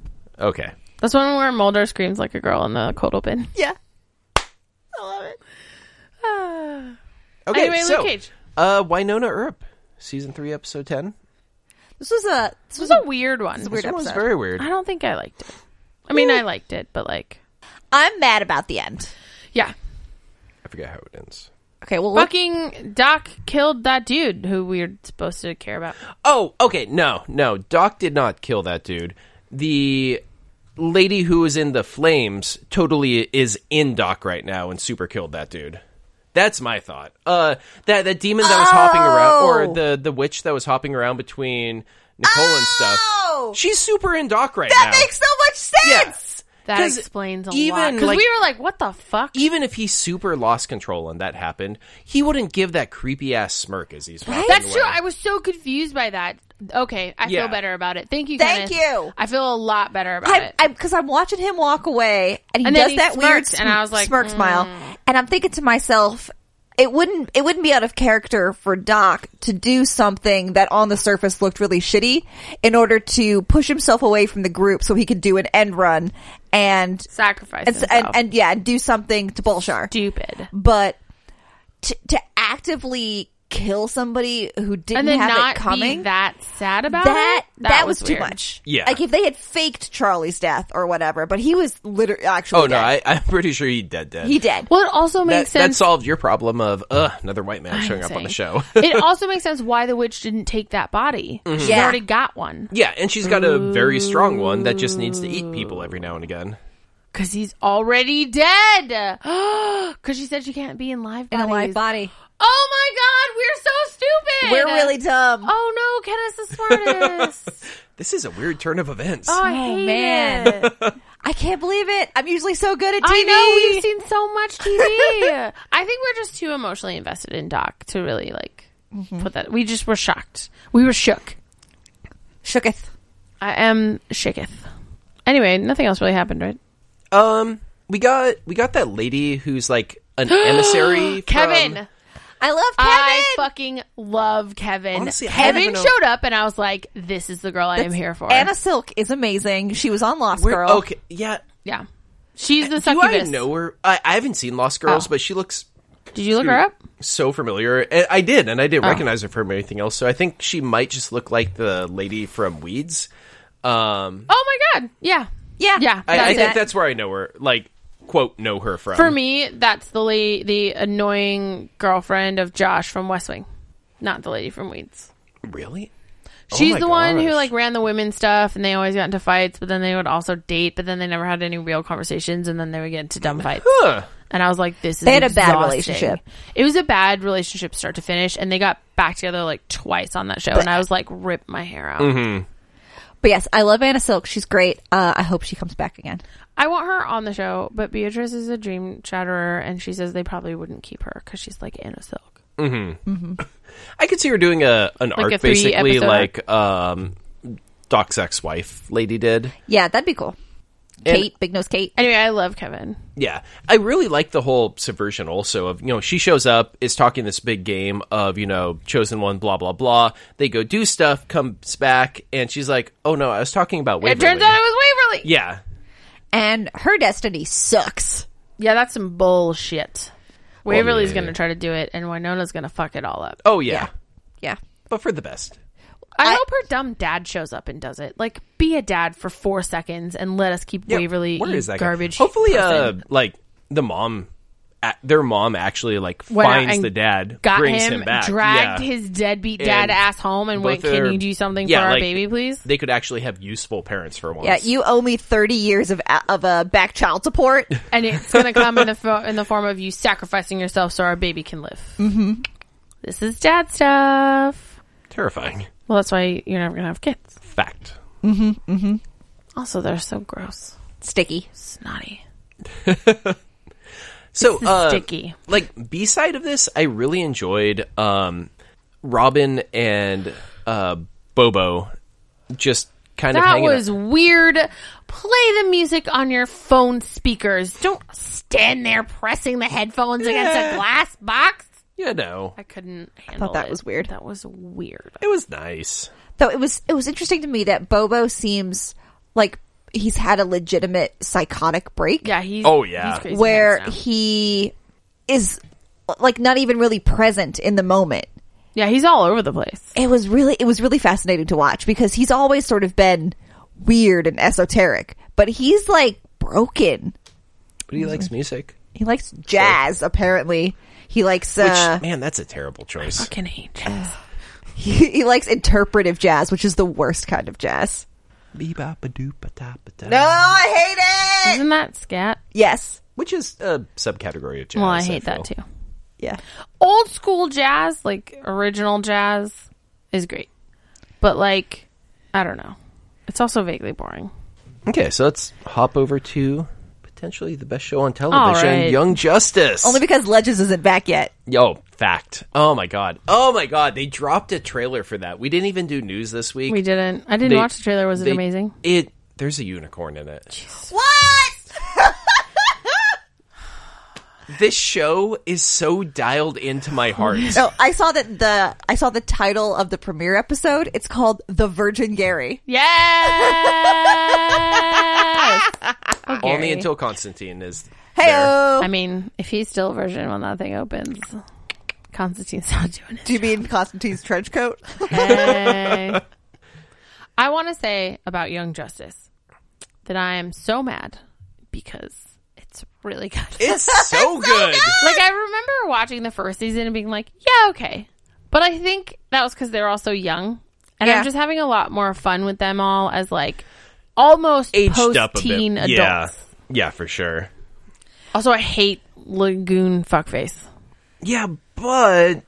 Okay. That's one where Mulder screams like a girl in the cold open. Yeah. Okay. Anyway, Oh, Luke so, Cage. Uh, Winona Earp, season three, episode ten. This was a this It was was a weird one. weird That was episode. very weird. I don't think I liked it. I mean, I liked it, but like, I'm mad about the end. yeah. I forget how it ends. Okay, well, look, Fucking Doc killed that dude who we're supposed to care about. Oh, okay. No, no. Doc did not kill that dude. The lady who is in the flames totally is in Doc right now and super killed that dude. That's my thought. Uh, that that demon that was hopping around, or the the witch that was hopping around between Nicole Oh! and stuff. She's super in Doc right that now. makes so much sense. That 'Cause explains a even, lot. Because like- we were like, what the fuck? Even if he super lost control and that happened, he wouldn't give that creepy ass smirk as he's. walking That's true. away. I was so confused by that. Okay, I Yeah. feel better about it. Thank you, Thank Kenneth. you. I feel a lot better about I'm it. because I'm watching him walk away, and he And then does he that weird smirks, and I was like, "Hmm." smirk smile, and I'm thinking to myself, it wouldn't it wouldn't be out of character for Doc to do something that on the surface looked really shitty in order to push himself away from the group so he could do an end run and Sacrifice and himself. and, and yeah, and do something to Bolshar, Stupid. but to, to actively kill somebody who didn't And then have not it coming be that sad about that it. that, was, too weird. much. Yeah. like if they had faked Charlie's death or whatever, but he was literally actually. Oh no, dead. I, I'm pretty sure he dead dead. he did. Well, it also makes that, that sense. solved your problem of uh another white man showing up on the show. Mm-hmm. it also makes sense why the witch didn't take that body. She Yeah. already got one. yeah, and she's got a very strong one that just needs to eat people every now and again. Because he's already dead. Because she said she can't be in live bodies. body. Oh my god, we're so We're stupid. really dumb. Oh no, Kenneth's the smartest. This is a weird turn of events. oh, I hate man. it. I can't believe it. I'm usually so good at TV. I know we've seen so much TV. I think we're just too emotionally invested in Doc to really like Mm-hmm. put that. We just were shocked. We were shook. Shooketh. I am shooketh. Anyway, nothing else really happened, right? um, we got we got that lady who's like an emissary. from- Kevin. I love Kevin. I fucking love Kevin. Honestly, I don't Kevin even know- showed up and I was like, this is the girl I am here for. Anna Silk is amazing. She was on Lost Where- Girl. Okay, yeah. yeah. She's the Do I succubus. know her? I, I haven't seen Lost Girls, Oh. but she looks Did you look her up? so familiar. And I did, and I Oh. didn't recognize her from anything else. So I think she might just look like the lady from Weeds. Um, Oh my god. Yeah. Yeah. Yeah. I, I that's think it. that's where I know her. Like, quote, know her from. For me, that's the la- the annoying girlfriend of Josh from West Wing, not the lady from Weeds. really? She's Oh my the one who gosh. like ran the women's stuff, and they always got into fights. But then they would also date, but then they never had any real conversations, and then they would get into dumb fights. Huh. And I was like, "This is They had a bad exhausting. relationship. It was a bad relationship, start to finish, and they got back together like twice on that show. and I was like, "Rip my hair out." Mm-hmm. But yes, I love Anna Silk. She's great. Uh, I hope she comes back again. I want her on the show, but Beatrice is a dream chatterer, and she says they probably wouldn't keep her because she's like Anna Silk. I could see her doing a an arc, a three basically episode like um, Doc's ex-wife lady did. Yeah, that'd be cool. Kate, Big Nose Kate. Anyway, I love Kevin. Yeah, I really like the whole subversion also of you know she shows up is talking this big game of you know chosen one blah blah blah. They go do stuff, comes back, and she's like, oh no, I was talking about Waverly. It turns out it was Waverly. yeah, And her destiny sucks. Yeah, that's some bullshit. Waverly's Oh, yeah. gonna try to do it, and Winona's gonna fuck it all up. oh yeah, Yeah. but for the best. I, I- hope her dumb dad shows up and does it. Like, be a dad for four seconds and let us keep Yeah, Waverly where you is that guy? garbage. Hopefully, person. uh, like the mom. a their mom actually like Went out finds and the dad, got brings him, back, dragged yeah. his deadbeat And dad ass home, and went, both their- "Can you do something yeah, for our like, baby, please?" They could actually have useful parents for once. Yeah, you owe me 30 years of of uh, back child support. And it's gonna come in the fo- in the form of you sacrificing yourself so our baby can live. Mm-hmm. This is dad stuff. terrifying Well, that's why you're never gonna have kids. fact. Also, they're so gross, Sticky. snotty, So uh, sticky. like B side of this, I really enjoyed um, Robin and uh, Bobo just kind of That hanging. out. was weird. Play the music on your phone speakers. Don't stand there pressing the headphones against Yeah. a glass box. you know, I couldn't handle that it. was weird. That was weird. it was nice. Though it was it was interesting to me that Bobo seems like he's had a legitimate psychotic break. Yeah, he's Oh, yeah. he's crazy where nuts now. he is like not even really present in the moment. yeah, he's all over the place. It was really it was really fascinating to watch because he's always sort of been weird and esoteric, but he's like broken. But he likes music, He likes jazz apparently. He likes which uh, man, that's a terrible choice. Fucking hate jazz. he, he likes interpretive jazz, which is the worst kind of jazz. Oh, No, I hate it. Isn't that scat? Yes. Which is a subcategory of jazz. Well, I hate that feel. too. Yeah. Old school jazz, like original jazz, is great, but like I don't know. It's also vaguely boring. Okay, so let's hop over to potentially the best show on television, right. Young Justice. Only because Legends isn't back yet. Yo, fact. Oh my god. Oh my god. They dropped a trailer for that. We didn't even do news this week. We didn't. I didn't They- watch the trailer. Was it they- amazing? It. There's a unicorn in it. What? This show is so dialed into my heart. No, I saw that the I saw the title of the premiere episode. It's called The Virgin Gary. Yes. Oh, Only Gary. until Constantine is. Hey, there. I mean, if he's still version when that thing opens, Constantine's not doing do you mean Constantine's trench coat? it. Hey. I want to say about Young Justice that I am so mad because it's really good. It's so good. like I remember watching the first season and being like, yeah, okay. But I think that was because they're all so young, and Yeah. I'm just having a lot more fun with them all as like almost Aged up a bit. post-teen adults. Yeah. Yeah, for sure. Also, I hate Lagoon fuckface. Yeah, but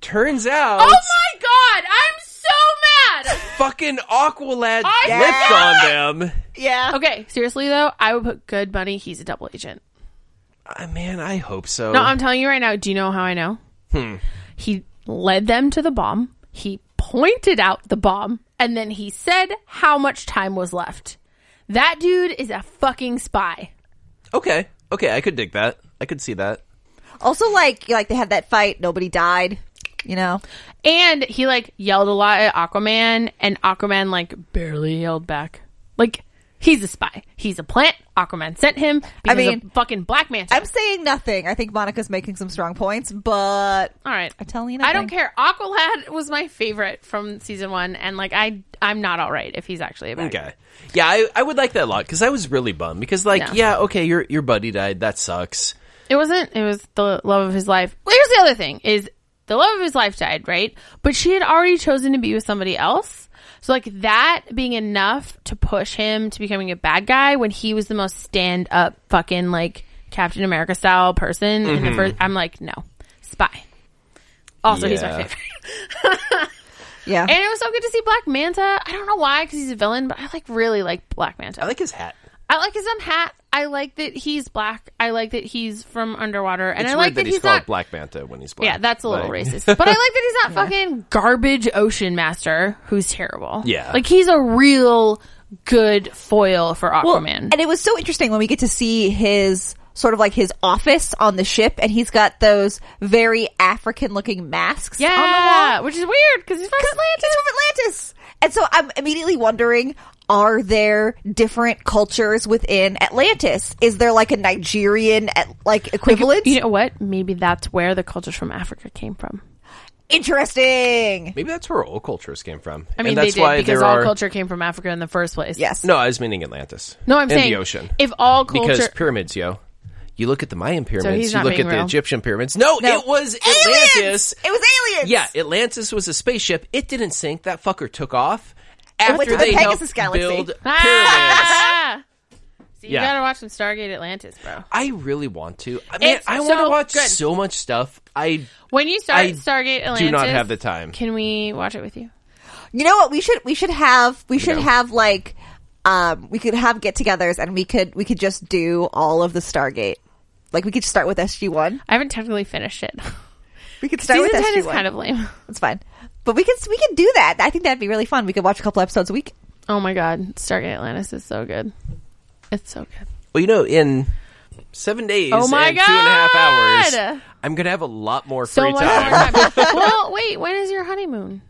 turns out Oh my god, I'm so mad. fucking Aqualad I lips on them. yeah. Okay, seriously though, I would put good money. He's a double agent. Ah, man, I hope so. No, I'm telling you right now. Do you know how I know? He led them to the bomb. He pointed out the bomb, and then he said how much time was left. That dude is a fucking spy. okay. Okay, I could dig that. I could see that. Also, like like they had that fight, nobody died. You know, And he like yelled a lot at Aquaman, and Aquaman like barely yelled back. Like he's a spy. He's a plant. Aquaman sent him. Because mean, of fucking Black Manta. I'm saying nothing. I think Monica's making some strong points, but All right, I'm telling you I don't nothing. care. Aqualad was my favorite from season one, and like I, I'm not all right if he's actually a bad guy. Okay. Yeah, I, I would like that a lot because I was really bummed because like Yeah. yeah, okay, your your buddy died. That sucks. It wasn't. It was the love of his life. Well, here's the other thing: is the love of his life died, right? But she had already chosen to be with somebody else. So like that being enough to push him to becoming a bad guy when he was the most stand up fucking like Captain America style person. In Mm-hmm. the first, I'm like, no, spy. Also, he's my Yeah. favorite. yeah. And it was so good to see Black Manta. I don't know why, because he's a villain, but I like really like Black Manta. I like his hat. I like his um hat. I like that he's black. I like that he's from underwater, and It's I weird like that, that he's, he's called not. Black Manta when he's black. Yeah, that's a little Like- racist. But I like that he's not fucking garbage ocean master who's terrible. Yeah. like he's a real good foil for Well, Aquaman. And it was so interesting when we get to see his sort of like his office on the ship, and he's got those very African looking masks. on the wall. yeah, which is weird because he's from Atlantis. He's from Atlantis. And so I'm immediately wondering are there different cultures within Atlantis? Is there like a Nigerian at- like equivalent? You know what? Maybe that's where the cultures from Africa came from. Interesting. Maybe that's where all cultures came from. I mean, and they that's did why because there all are. culture came from Africa in the first place. Yes. no, I was meaning Atlantis. No, I'm And saying the ocean. If all culture, because pyramids, yo. You look at the Mayan pyramids. he's you not look at being the real. Egyptian pyramids. No, No. it was Aliens! Atlantis. It was aliens. Yeah, Atlantis was a spaceship. It didn't sink. That fucker took off went after to the they Pegasus helped Galaxy. build pyramids. Ah! so you Yeah. gotta watch some Stargate Atlantis, bro. I really want to. I mean, It's I want so to watch good. so much stuff. I When you start I Stargate Atlantis, do not have the time. Can we watch it with you? You know what? We should we should have we should know. have like um we could have get-togethers and we could we could just do all of the Stargate. Like we could start with SG one. I haven't technically finished it. We could start Season with ten SG is one. kind of lame. it's fine, but we could we could do that. I think that'd be really fun. We could watch a couple episodes a week. Oh my god, Stargate Atlantis is so good. It's so good. Well, you know, in seven days Oh my and two and a half God! hours, I'm going to have a lot more So free much time. more time. well, wait, when is your honeymoon?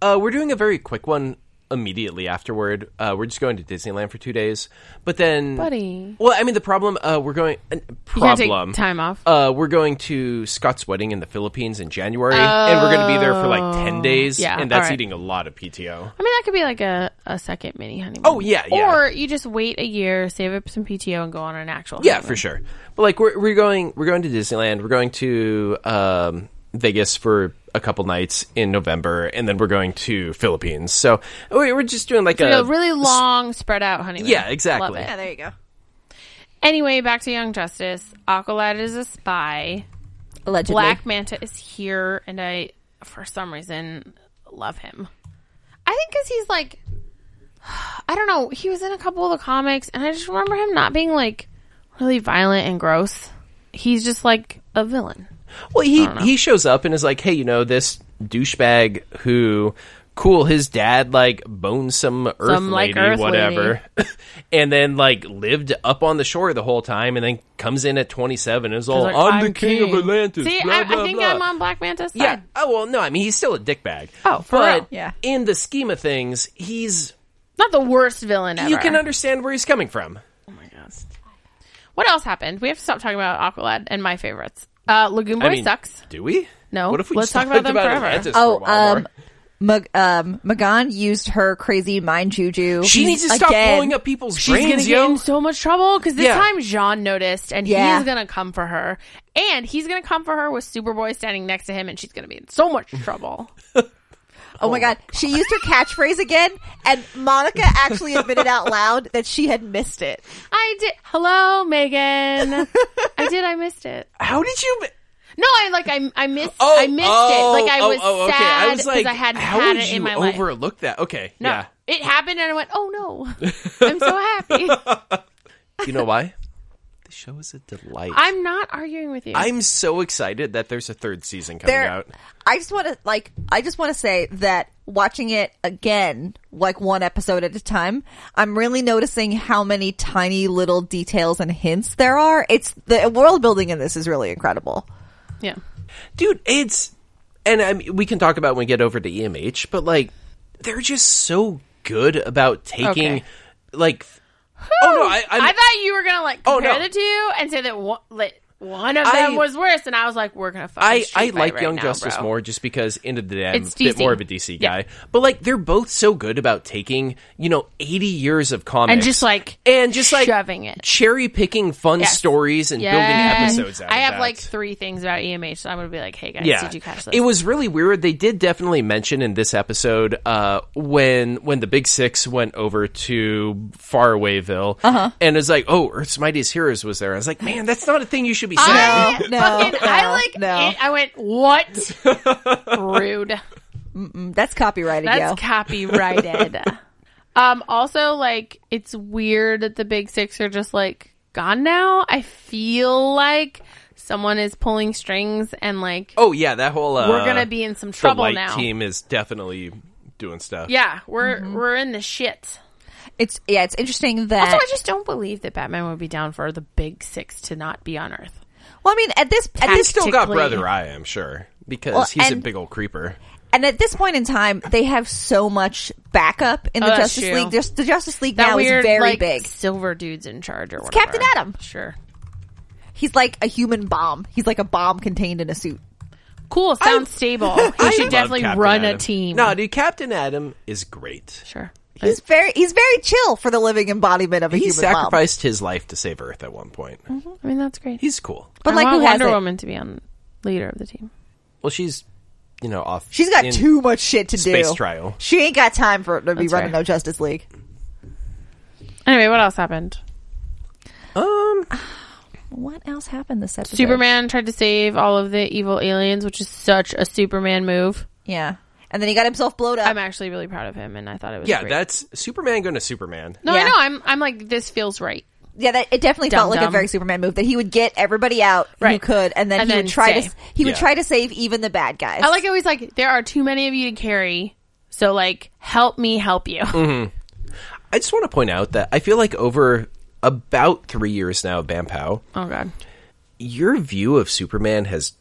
Uh, we're doing a very quick one immediately afterward. Uh, we're just going to Disneyland for two days, but then, Buddy. Well, I mean, the problem. Uh, we're going uh, You gotta problem. take time off. Uh, we're going to Scott's wedding in the Philippines in January, and we're going to be there for like ten days, Oh, Yeah, and that's alright. eating a lot of PTO. I mean, that could be like a, a second mini honeymoon. Oh, yeah, yeah. Or you just wait a year, save up some PTO, and go on an actual. Yeah, honeymoon. for sure. But like we're we're going we're going to Disneyland. We're going to um, Vegas for a couple nights in November, and then we're going to Philippines. So we- we're just doing like You a, know, really long, spread out honeymoon. Yeah, exactly. Love it. Yeah, there you go. Anyway, back to Young Justice. Aqualad is a spy. Allegedly, Black Manta is here, and I, for some reason, love him. I think because he's like, I don't know, he was in a couple of the comics, and I just remember him not being like really violent and gross. He's just like a villain. Well, he he shows up and is like, "Hey, you know this douchebag who." Cool, his dad like boned some earth Some, like, lady, earth whatever, and then like lived up on the shore the whole time, and then comes in at twenty seven. Is all Like, I'm, the king, of Atlantis. See, blah, I, blah, I think blah." I'm on Black Manta's side. Yeah. Oh well, no. I mean, he's still a dickbag. Oh, for but real. Yeah. In the scheme of things, he's Not the worst villain ever. you can understand where he's coming from. what else happened? We have to stop talking about Aqualad and my favorites. Uh, Lagoon Boy I mean, sucks. Do we? No. What if we just Let's talk about talked them forever. Atlantis Oh, for a while more? um, Mag- um, Magan used her crazy mind juju. she needs to stop again. blowing up people's She's gonna brains, get yo. in so much trouble because this Yeah. time Jean noticed, and Yeah. he's gonna come for her, and he's gonna come for her with Superboy standing next to him, and she's gonna be in so much trouble. Oh my god, she used her catchphrase again, and Monica actually admitted out loud that she had missed it. I did. Hello, Megan. I did. I missed it. How did you? No, I like I I missed Oh, I missed oh, it. Like I oh, was oh, okay. sad I was like, I hadn't how had did it you in my life. overlook that? Okay. No, Yeah. it happened, and I went, "Oh no, I'm so happy." You know why? the show is a delight. I'm not arguing with you. I'm so excited that there's a third season coming There, out. I just want to like, I just want to say that watching it again, like one episode at a time, I'm really noticing how many tiny little details and hints there are. It's the world building in this is really incredible. Yeah. dude it's and I mean, we can talk about when we get over to emh but like they're just so good about taking Okay. like oh no i, I, I'm, thought you were gonna like Oh, compare no. the two and say that one, like, one of I- them was worse, and I was like, we're gonna fucking. I, street I fight like right Young now, Justice bro. more just because end of the day I'm It's a bit DC. more of a DC Yeah. guy. But like they're both so good about taking, you know, eighty years of comics just, like, and just like shoving it. cherry picking fun Yes. stories and Yes. building episodes out I of have that. like three things about EMH, so I'm gonna be like, hey guys, did you catch this? It was really weird. They did definitely mention in this episode uh, when when the Big Six went over to Farawayville, uh-huh. and it's like, oh, Earth's Mightiest Heroes was there. I was like, man, that's not a thing you should be saying. I No, fucking, no, I like, no. it, I went, what? Rude. Mm, That's copyrighted, That's yo. copyrighted. um, also, like, it's weird that the big six are just like gone now. I feel like someone is pulling strings and like, oh yeah, that whole uh, we're gonna be in some trouble the light now. Team is definitely doing stuff. Yeah, we're we're in the shit. it's yeah, it's interesting that Also, I just don't believe that Batman would be down for the big six to not be on Earth. Well, I mean, at this at He's this still got Tactically. Brother Eye, I'm sure, because Well, he's a and- big old creeper. and at this point in time, they have so much backup in the Oh, that's Justice true. League. There's, the Justice League That now weird, is very like, big. silver dude's in charge or whatever. Captain Atom. Sure. He's like a human bomb. He's like a bomb contained in a suit. Cool. Sounds stable. He should Love definitely Captain run a Atom. team. No, dude, Captain Adam is great. Sure. He's very he's very chill for the living embodiment of a He human bomb. sacrificed his life to save Earth at one point. I mean, that's great. He's cool. But like, I who want has Wonder it? Woman to be on leader of the team. Well, she's, you know, off. She's got in- too much shit to do. Space trial. She ain't got time for to be That's running right. no Justice League. Anyway, what else happened? Um, What else happened this episode? Superman tried to save all of the evil aliens, which is such a Superman move. Yeah, and then he got himself blowed up. I'm actually really proud of him, and I thought it was yeah, great. that's Superman going to Superman. no, I Yeah. know. I'm I'm like this feels right. yeah, that it definitely Dumb felt like a dumb. very Superman move that he would get everybody out who Right. could, and then And he then would try save. to he would Yeah. try to save even the bad guys. I like always like there are too many of you to carry, so like help me help you. Mm-hmm. I just want to point out that I feel like over about three years now of Bampow, Oh god, your view of Superman has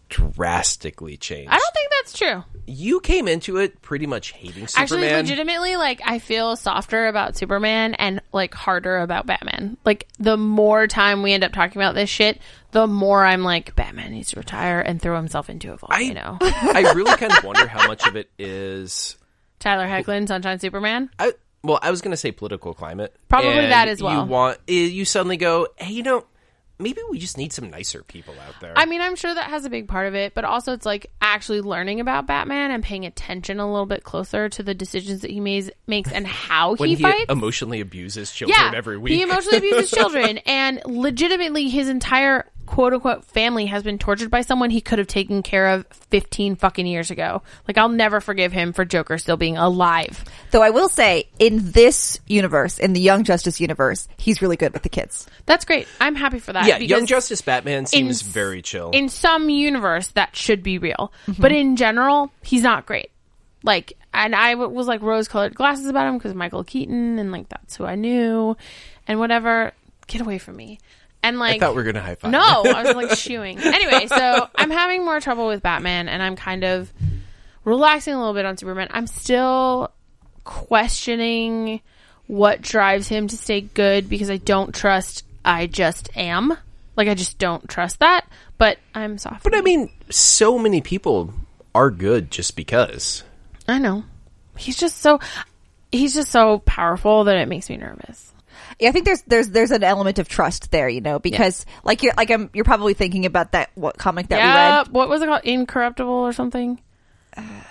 drastically changed. I don't think that's true. you came into it pretty much hating Superman. Actually, legitimately, like I feel softer about Superman and like harder about Batman. Like the more time we end up talking about this shit, the more I'm like Batman needs to retire and throw himself into a volcano. I really kind of wonder how much of it is. Tyler Hecklin, Sunshine Superman. I well, I was going to say political climate. Probably And that as well. You want eh, you suddenly go, hey, you know, maybe we just need some nicer people out there. I mean, I'm sure that has a big part of it, but also it's like actually learning about Batman and paying attention a little bit closer to the decisions that he makes, makes and how when he, he, fights. emotionally abuses children yeah, every week. he emotionally abuses children, and legitimately, his entire quote unquote family has been tortured by someone he could have taken care of 15 fucking years ago. Like, I'll never forgive him for Joker still being alive. Though I will say, in this universe, in the Young Justice universe, he's really good with the kids. That's great. I'm happy for that. yeah, because Young Justice Batman in seems s- very chill. In some universe, that should be real, Mm-hmm. but in general, he's not great. Like, and I w- was like rose-colored glasses about him because Michael Keaton, and like that's who I knew, and whatever. Get away from me. And like, I thought we were gonna high five. no, I was like shooing. Anyway, so I'm having more trouble with Batman, and I'm kind of relaxing a little bit on Superman. I'm still questioning what drives him to stay good because I don't trust. I just am. Like I just don't trust that. But I'm soft. But I mean, so many people are good just because. I know he's just so he's just so powerful that it makes me nervous. Yeah, I think there's there's there's an element of trust there, you know, because like you're like I'm you're probably thinking about that what comic that we Yeah. read. Uh, What was it called? Incorruptible or something.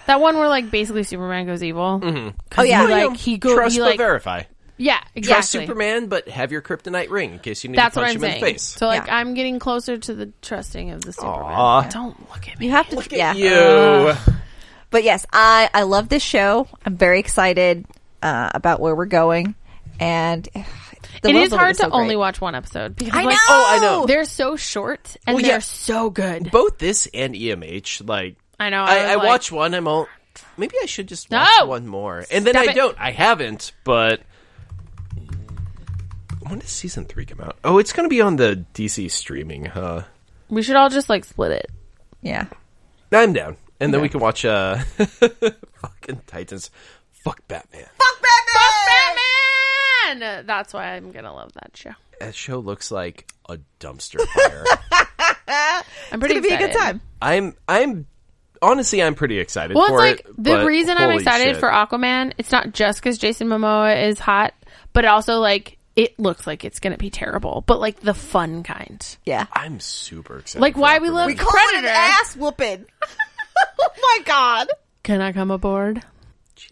That one where like basically Superman goes evil. Mm-hmm. Oh, yeah. he, like he goes. Trust he, but like, verify. Yeah, exactly. Trust Superman, but have your kryptonite ring in case you need That's to what punch I'm him saying. in the face. So like Yeah. I'm getting closer to the trusting of the Superman. Aw. Don't look at me. You have to, yeah. you. But yes, I I love this show. I'm very excited uh, about where we're going, and ugh, the it world is building hard to so great. only watch one episode because I like, know. Oh, I know. they're so short and Well, they're yeah. so good. Both this and EMH, like I know, I I, was I like- watch one. I'm all maybe I should just watch No! one more, and then Stop I it. don't. I haven't, but. When does season three come out? Oh, it's going to be on the DC streaming, huh? We should all just like split it. Yeah. I'm down. And then we can watch uh fucking Titans. Fuck Batman. Fuck Batman! Batman! That's why I'm gonna love that show. That show looks like a dumpster fire. I'm It's pretty gonna be a good excited. time. I'm I'm honestly I'm pretty excited Well, it's for like it. the but reason I'm holy excited shit. for Aquaman. It's not just because Jason Momoa is hot, but also like it looks like it's gonna be terrible, but like the fun kind. Yeah. I'm super excited. Like for why we Aquaman. love We Call it an Predator. ass whooping. oh my god. Can I come aboard?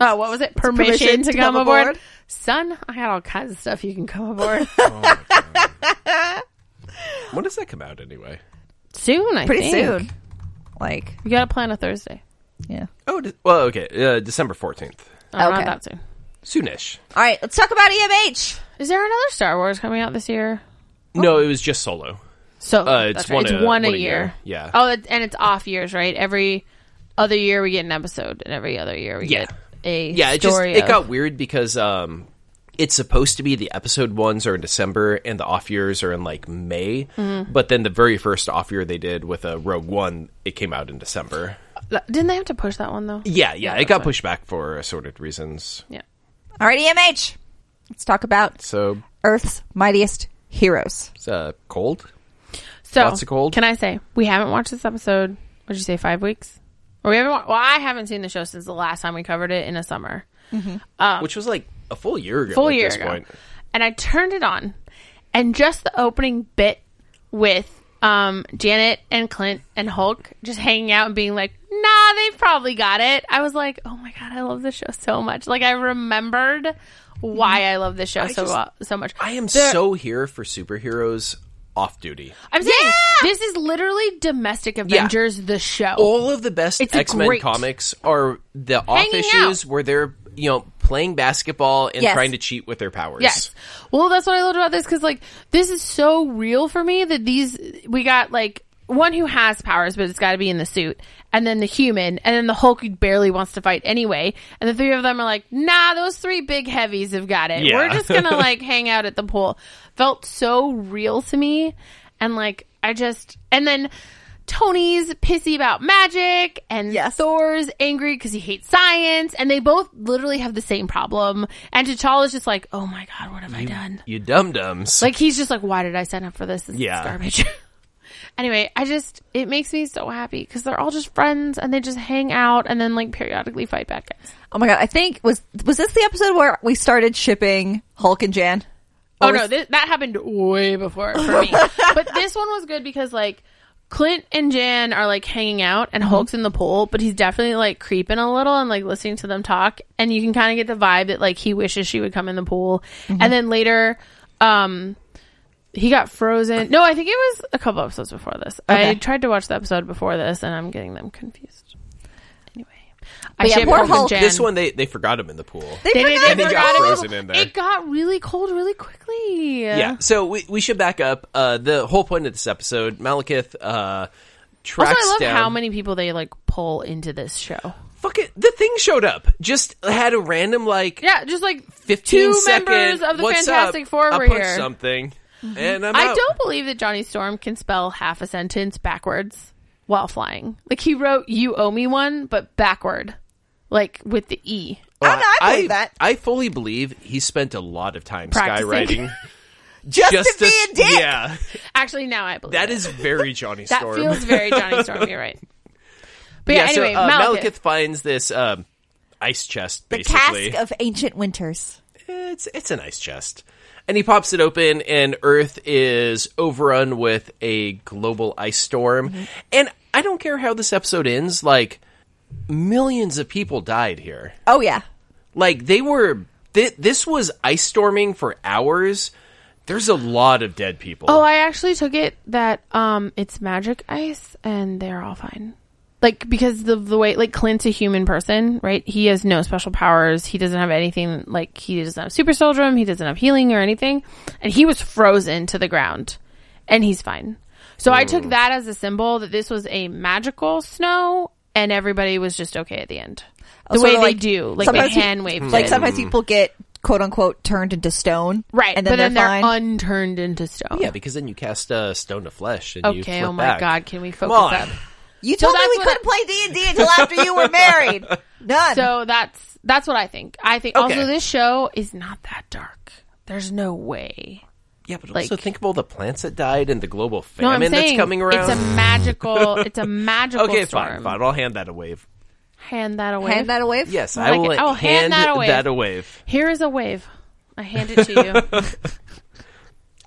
Oh, what was it? Permission, permission to, come, aboard. Son, I got all kinds of stuff you can come aboard When does that come out anyway? soon. I Pretty think. soon. Like, We got to plan a Thursday. yeah. Oh, de- well, okay, uh, December fourteenth, Oh, Okay. Not that soon. soonish. All right, let's talk about E EMH. Is there another Star Wars coming out this year? No, it was just solo. So Uh, it's that's one It's a- one a one a year. year. Yeah. Oh, it, and it's off years, right? Every other year we get an episode, and every other year we Yeah. get a Yeah, it just story. it of- got weird because um, it's supposed to be the episode ones are in December and the off years are in like May, but then the very first off year they did with a Rogue One, it came out in December. Didn't they have to push that one though? Yeah, yeah, it that's got fine. pushed back for assorted reasons. Yeah. All right, EMH. Let's talk about So Earth's mightiest heroes. it's uh, cold. So Lots of cold. Can I say we haven't watched this episode? What did you say? Five weeks? Or we haven't? Wa- well, I haven't seen the show since the last time we covered it in a summer. which was like a Uh. full year ago. full at year this ago. point. And I turned it on, and just the opening bit with um, Janet and Clint and Hulk just hanging out and being like, "Nah, they probably got it." I was like, "Oh my god, I love this show so much!" Like I remembered why I love this show so just- uh, so much. I am There- so here for superheroes off duty. I'm saying this is literally Domestic Avengers, the show. All of the best It's a X Men great- comics are the off Hanging issues where they're you know playing basketball and Yes. trying to cheat with their powers. Yes. Well, that's what I loved about this because, like, this is so real for me that these we got like one who has powers, but it's got to be in the suit, and then the human, and then the Hulk who barely wants to fight anyway, and the three of them are like, nah, those three big heavies have got it. Yeah. We're just gonna like hang out at the pool. Felt so real to me, and like I just and then. Tony's pissy about magic and Yes. Thor's angry because he hates science, and they both literally have the same problem. And T'Challa's just like, "Oh my god, what have I done?" You dum dums. Like he's just like, "Why did I sign up for this? This Yeah. is garbage." anyway, I just it makes me so happy because they're all just friends and they just hang out and then like periodically fight bad guys. Oh my god, I think was was this the episode where we started shipping Hulk and Jan? Oh Or no, was- th- that happened way before for me. but this one was good because like Clint and Jan are like hanging out and Hulk's in the pool, but he's definitely like creeping a little and like listening to them talk and you can kind of get the vibe that like he wishes she would come in the pool. And then later um he got frozen. No, I think it was a couple episodes before this. I Okay. tried to watch the episode before this and I'm getting them confused. Anyway. I But yeah, ship poor Hulk and Hulk. Jan. this one, they they forgot him in the pool. they, They forgot did, they And he got forgot it. frozen in there. It got really cold really quickly. yeah. So we we should back up. Uh, the whole point of this episode, Malekith uh, Also, tracks I love down. how many people they like pull into this show. Fuck it, the thing showed up. Just had a random like Yeah, just like 15 two second, members of the "What's Fantastic up? Four I were punched here. Mm-hmm. something, and I'm I out. don't believe that Johnny Storm can spell half a sentence backwards while flying. Like he wrote "You owe me one," but backward, like with the e. I don't know, I believe that. I fully believe he spent a lot of time Practicing. skywriting. Just to be a dick. Yeah, Actually, now I believe that it. is very Johnny that Storm. feels very Johnny Storm. You're right. But yeah, anyway, so, uh, Malekith. finds this um, ice chest, the cask basically. of ancient winters. it's it's an ice chest, and he pops it open, and Earth is overrun with a global ice storm. Mm-hmm. And I don't care how this episode ends; like millions of people died here. Oh yeah. Like they were. Th- this was ice storming for hours. There's a lot of dead people. Oh, I actually took it that um it's magic ice and they're all fine. Like because the the way like Clint's a human person, right? He has no special powers. He doesn't have anything like he doesn't have super soldier, he doesn't have healing or anything. And he was frozen to the ground and he's fine. So I took that as a symbol that this was a magical snow and everybody was just okay at the end. The Sort way of they Oh, like- do, like they sometimes you- hand Hmm. wave. Like it. sometimes people get quote unquote turned into stone. right, And then but they're then they're, fine. unturned into stone. yeah, because then you cast uh, stone to flesh. And you Okay. flip Oh my back. God! Can we Come focus on. up? You So told me that's we what couldn't play D and D until after you were married. None. So that's that's what I think. I think Okay. also this show is not that dark. There's no way. Yeah, but Like- also think of all the plants that died and the global No, famine I'm saying that's coming around. It's a magical. It's a magical. okay, storm. fine, fine. I'll hand that a wave. Hand that away. Hand that away. Yes, I I, like will it. Oh, hand, hand that a wave. that a wave. Here is a wave. I hand it to you.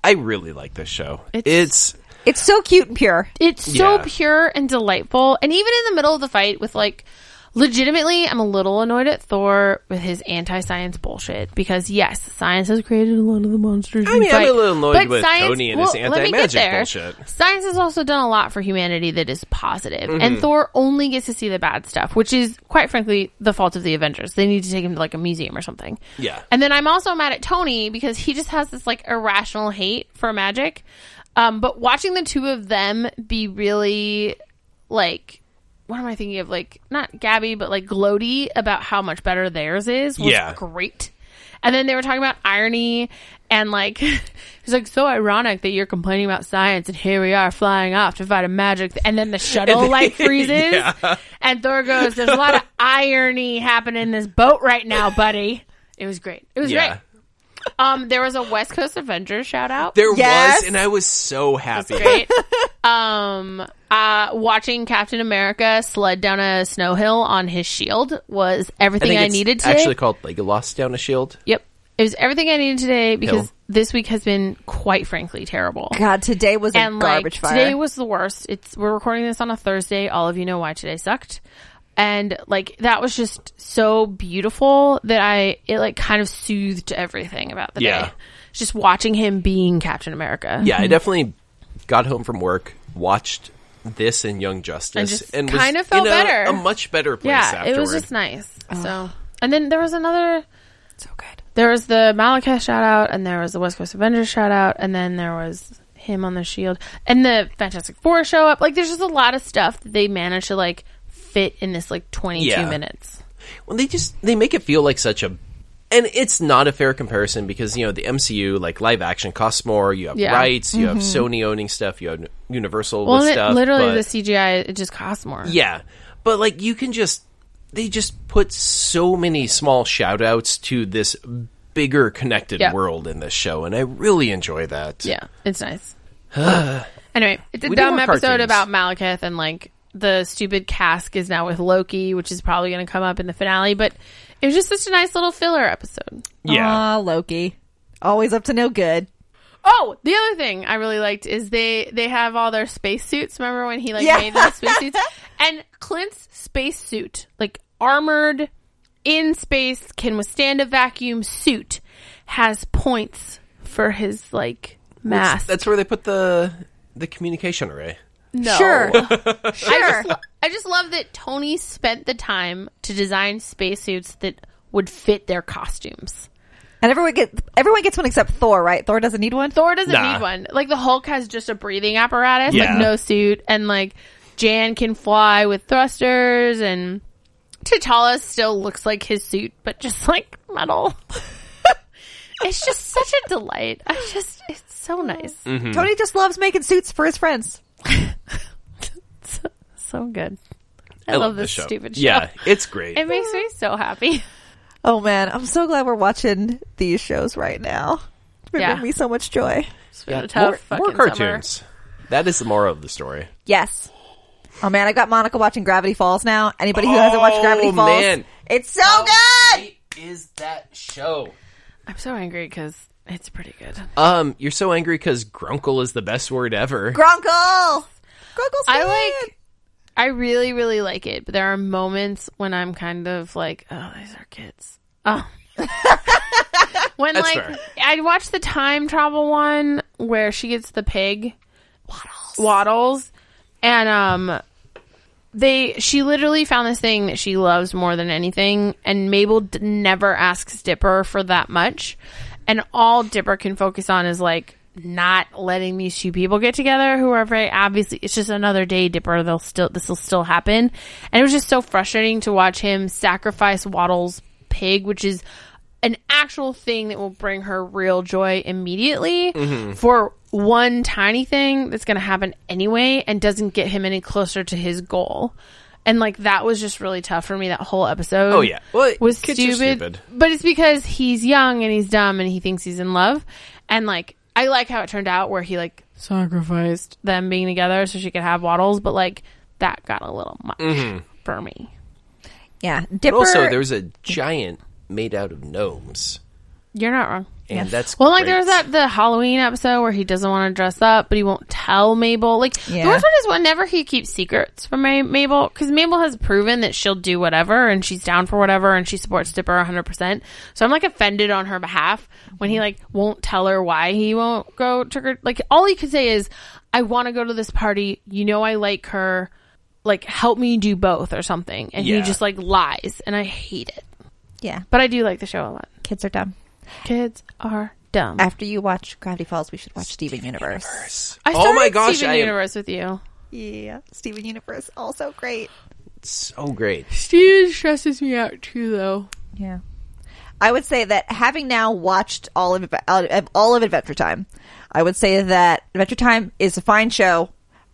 I really like this show. It's- It's, It's so cute and pure. it's so Yeah. pure and delightful. And even in the middle of the fight with like legitimately I'm a little annoyed at Thor with his anti-science bullshit because yes, science has created a lot of the monsters. I we mean, I'm fight, a little annoyed but with science- Tony and his well, let me get anti-magic there. bullshit. Science has also done a lot for humanity that is positive, and Thor only gets to see the bad stuff, which is quite frankly the fault of the Avengers. They need to take him to like a museum or something. Yeah. And then I'm also mad at Tony because he just has this like irrational hate for magic. Um, but watching the two of them be really like. What am I thinking of? Like not Gabby, but like gloaty about how much better theirs is was Yeah. great. And then they were talking about irony and like it's like so ironic that you're complaining about science and here we are flying off to fight a magic th- and then the shuttle like freezes and Thor goes, There's a lot of irony happening in this boat right now, buddy. It was great. It was yeah. great. Um there was a West Coast Avengers shout out. There Yes. was, and I was so happy. Great. um uh watching Captain America sled down a snow hill on his shield was I everything think I, it's needed to actually called Legolas down a shield. Yep. It was everything I needed today because Hill. this week has been quite frankly terrible. God, today was a and like garbage fire. today was the worst. It's we're recording this on a Thursday. All of you know why today sucked. And like that was just so beautiful that I it like kind of soothed everything about the Yeah. day. Just watching him being Captain America. Yeah, I definitely got home from work, watched this and Young And Justice, just and was kind of felt in a, better. a much better place. Yeah, afterward. it was just nice. So and then there was another so good. there was the Malaketh shout out, and there was the West Coast Avengers shout out, and then there was him on the shield, and the Fantastic Four show up. Like, there's just a lot of stuff that they managed to like fit in this like 22 Yeah. minutes. Well, they just they make it feel like such a, and it's not a fair comparison because you know the MCU like live action costs more. You have Yeah. Mm-hmm. rights, you have Sony owning stuff, you have Universal Well, with and stuff. it, literally but- the CGI it just costs more. Yeah. But like you can just they just put so many small shout outs to this bigger connected Yeah. world in this show and I really enjoy that. Yeah, it's nice. anyway, it's a We do dumb want episode cartoons. about Malekith and like the stupid cask is now with Loki, which is probably going to come up in the finale. But it was just such a nice little filler episode. Yeah. Aw, Loki, always up to no good. Oh, the other thing I really liked is they they have all their spacesuits. Remember when he like Yeah. made those spacesuits? and Clint's spacesuit, like armored in space, can withstand a vacuum suit, has points for his like mass. That's where they put the the communication array. no, Sure, I sure. just, lo- I just love that Tony spent the time to design spacesuits that would fit their costumes. and everyone get everyone gets one except Thor, right? Thor doesn't need one. Thor doesn't Nah. need one. Like the Hulk has just a breathing apparatus, Yeah. like no suit, and like Jan can fly with thrusters, and T'Challa still looks like his suit, but just like metal. it's just such a delight. I just, it's so nice, Mm. Hmm. Tony just loves making suits for his friends. so good. I, love, this show. stupid show. Yeah, it's great. it makes me so happy. Oh man, I'm so glad we're watching these shows right now. It's been Yeah. bringing me so much joy. It's been a tough more, fucking more summer. cartoons. That is the moral of the story. Yes. Oh man, I got Monica watching Gravity Falls now. Anybody who hasn't watched Oh, Gravity Falls, man. it's so good. Is that show? I'm so angry because it's pretty good. Um, you're so angry because Grunkle is the best word ever. Grunkle, Grunkle's I good. like- I really, really like it, but there are moments when I'm kind of like, oh, these are kids. Oh. when That's like fair. I watched the time travel one where she gets the pig waddles waddles and um they she literally found this thing that she loves more than anything and Mabel d- never asks Dipper for that much and all Dipper can focus on is like not letting these two people get together who are very obviously it's just another day Dipper they'll still this will still happen and it was just so frustrating to watch him sacrifice Waddles pig which Mm-hmm. is an actual thing that will bring her real joy immediately for one tiny thing that's going to happen anyway and doesn't get him any closer to his goal. And like that was just really tough for me that whole episode. Oh, yeah. Well, it- was kids are stupid, stupid. But it's because he's young and he's dumb and he thinks he's in love. And like I like how it turned out where he like sacrificed them being together so she could have waddles, but like that got a little much Mm-hmm. for me. Yeah, But Dipper. also, there's a giant made out of gnomes, You're not wrong. and that's Well, like great. there was that the Halloween episode where he doesn't want to dress up, but he won't tell Mabel. Like the Yeah. worst one is whenever he keeps secrets from Ma- Mabel, because Mabel has proven that she'll do whatever and she's down for whatever and she supports Dipper 100. percent So I'm like offended on her behalf when he like won't tell her why he won't go trick or like all he could say is, "I want to go to this party. You know I like her. Like help me do both or something." And he Yeah. just like lies, and I hate it. yeah, But I do like the show a lot. kids are dumb. Kids are dumb. After you watch Gravity Falls, we should watch Steven Universe. I oh my started gosh, Steven I am Universe with you. Yeah, Steven Universe, also great. so great. Steven stresses me out too, though. Yeah, I would say that having now watched all of all of- all of Adventure Time, I would say that Adventure Time is a fine show,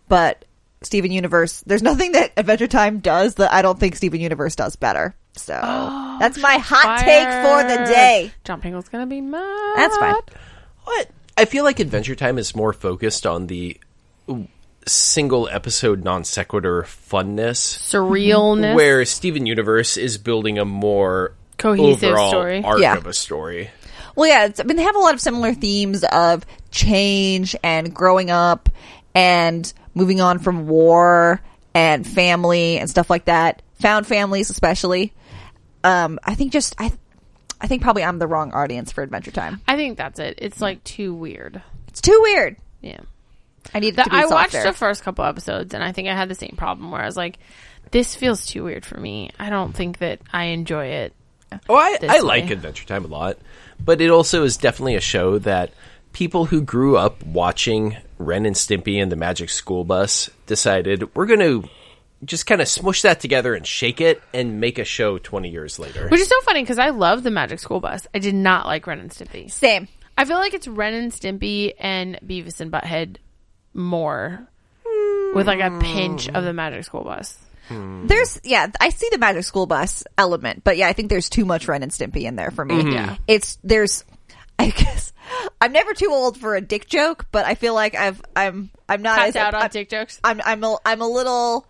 but Steven Universe, there's nothing that Adventure Time does that I don't think Steven Universe does better. So that's my hot take for the day. John Pingle's gonna be mad. That's fine. What? I feel like Adventure Time is more focused on the w- single episode non sequitur funness, Surrealness. where Steven Universe is building a more Cohesive overall story. arc Yeah. of a story. Well, yeah, it's, I mean, they have a lot of similar themes of change and growing up and moving on from war and family and stuff like that. Found families, especially. Um, I think just I, I think probably I'm the wrong audience for Adventure Time. I think that's it. It's like too weird. It's too weird. Yeah. I need it The- to be I watched softer. the first couple episodes, and I think I had the same problem where I was like, "This feels too weird for me. I don't think that I enjoy it." Oh, I, this I like way. Adventure Time a lot, but it also is definitely a show that people who grew up watching Ren and Stimpy and the Magic School Bus decided we're going to just kind of smush that together and shake it and make a show 20 years later. Which is so funny because I love the Magic School Bus. I did not like Ren and Stimpy. Same. I feel like it's Ren and Stimpy and Beavis and Butthead more with like a pinch of the Magic School Bus. There's yeah, I see the Magic School Bus element, but yeah, I think there's too much Ren and Stimpy in there for me. Mm-hmm. Yeah, it's there's. I guess I'm never too old for a dick joke, but I feel like I've I'm I'm not Tapped as, out on I'm, dick jokes. I'm I'm a, I'm a little.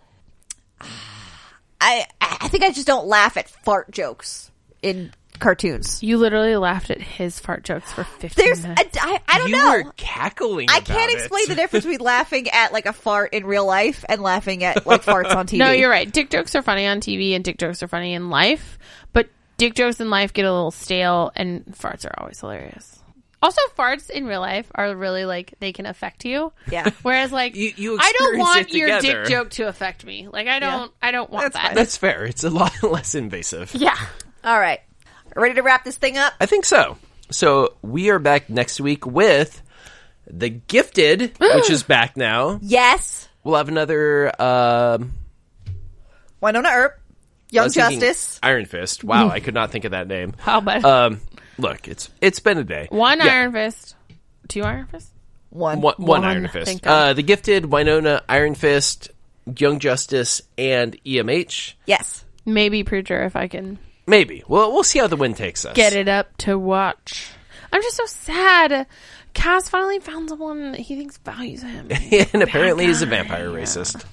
I I think I just don't laugh at fart jokes in cartoons. You literally laughed at his fart jokes for 15 There's I minutes. I, I don't you know. were cackling. I about can't it. explain the difference between laughing at like a fart in real life and laughing at like farts on TV. no, you're right. Dick jokes are funny on TV and dick jokes are funny in life, but dick jokes in life get a little stale and farts are always hilarious. Also, farts in real life are really like they can affect you. Yeah. Whereas, like, You- you I don't experience want it your together. dick joke to affect me. Like, I don't, I don't want That's that. fine. That's fair. It's a lot less invasive. Yeah. All right, ready to wrap this thing up. I think so. So we are back next week with The Gifted, which is back now. Yes. We'll have another. Um, Winona Earp, I Young was thinking Justice. Iron Fist. Wow, I could not think of that name. How about Um, look, it's it's been a day. one Yeah. Iron Fist, two Iron Fists? One. One, one One, Iron I Fist. think. Uh, the Gifted, Winona, Iron Fist, Young Justice, and E EMH. Yes. Maybe Preacher if I can Maybe. Well, we'll see how the wind takes us. get it up to watch. I'm just so sad. Cass finally found someone that he thinks values him. and apparently he's a vampire racist.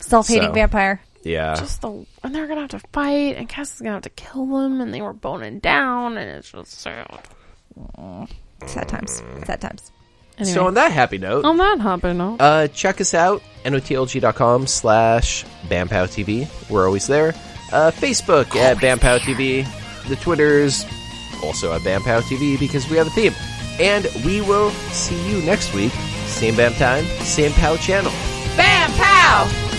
Self-hating So. vampire. Yeah. just the and they're gonna have to fight, and Cass is gonna have to kill them, and they were boning down, and it's just sad. Sad times. Sad times. Anyway, So on that happy note, on that happy note, Uh, check us out, notlg.com slash BamPowTV. We're always there. Uh, Facebook at BamPowTV. The Twitter's also at BamPowTV because we have a theme. And we will see you next week. Same BAM time, same POW channel. bam pow.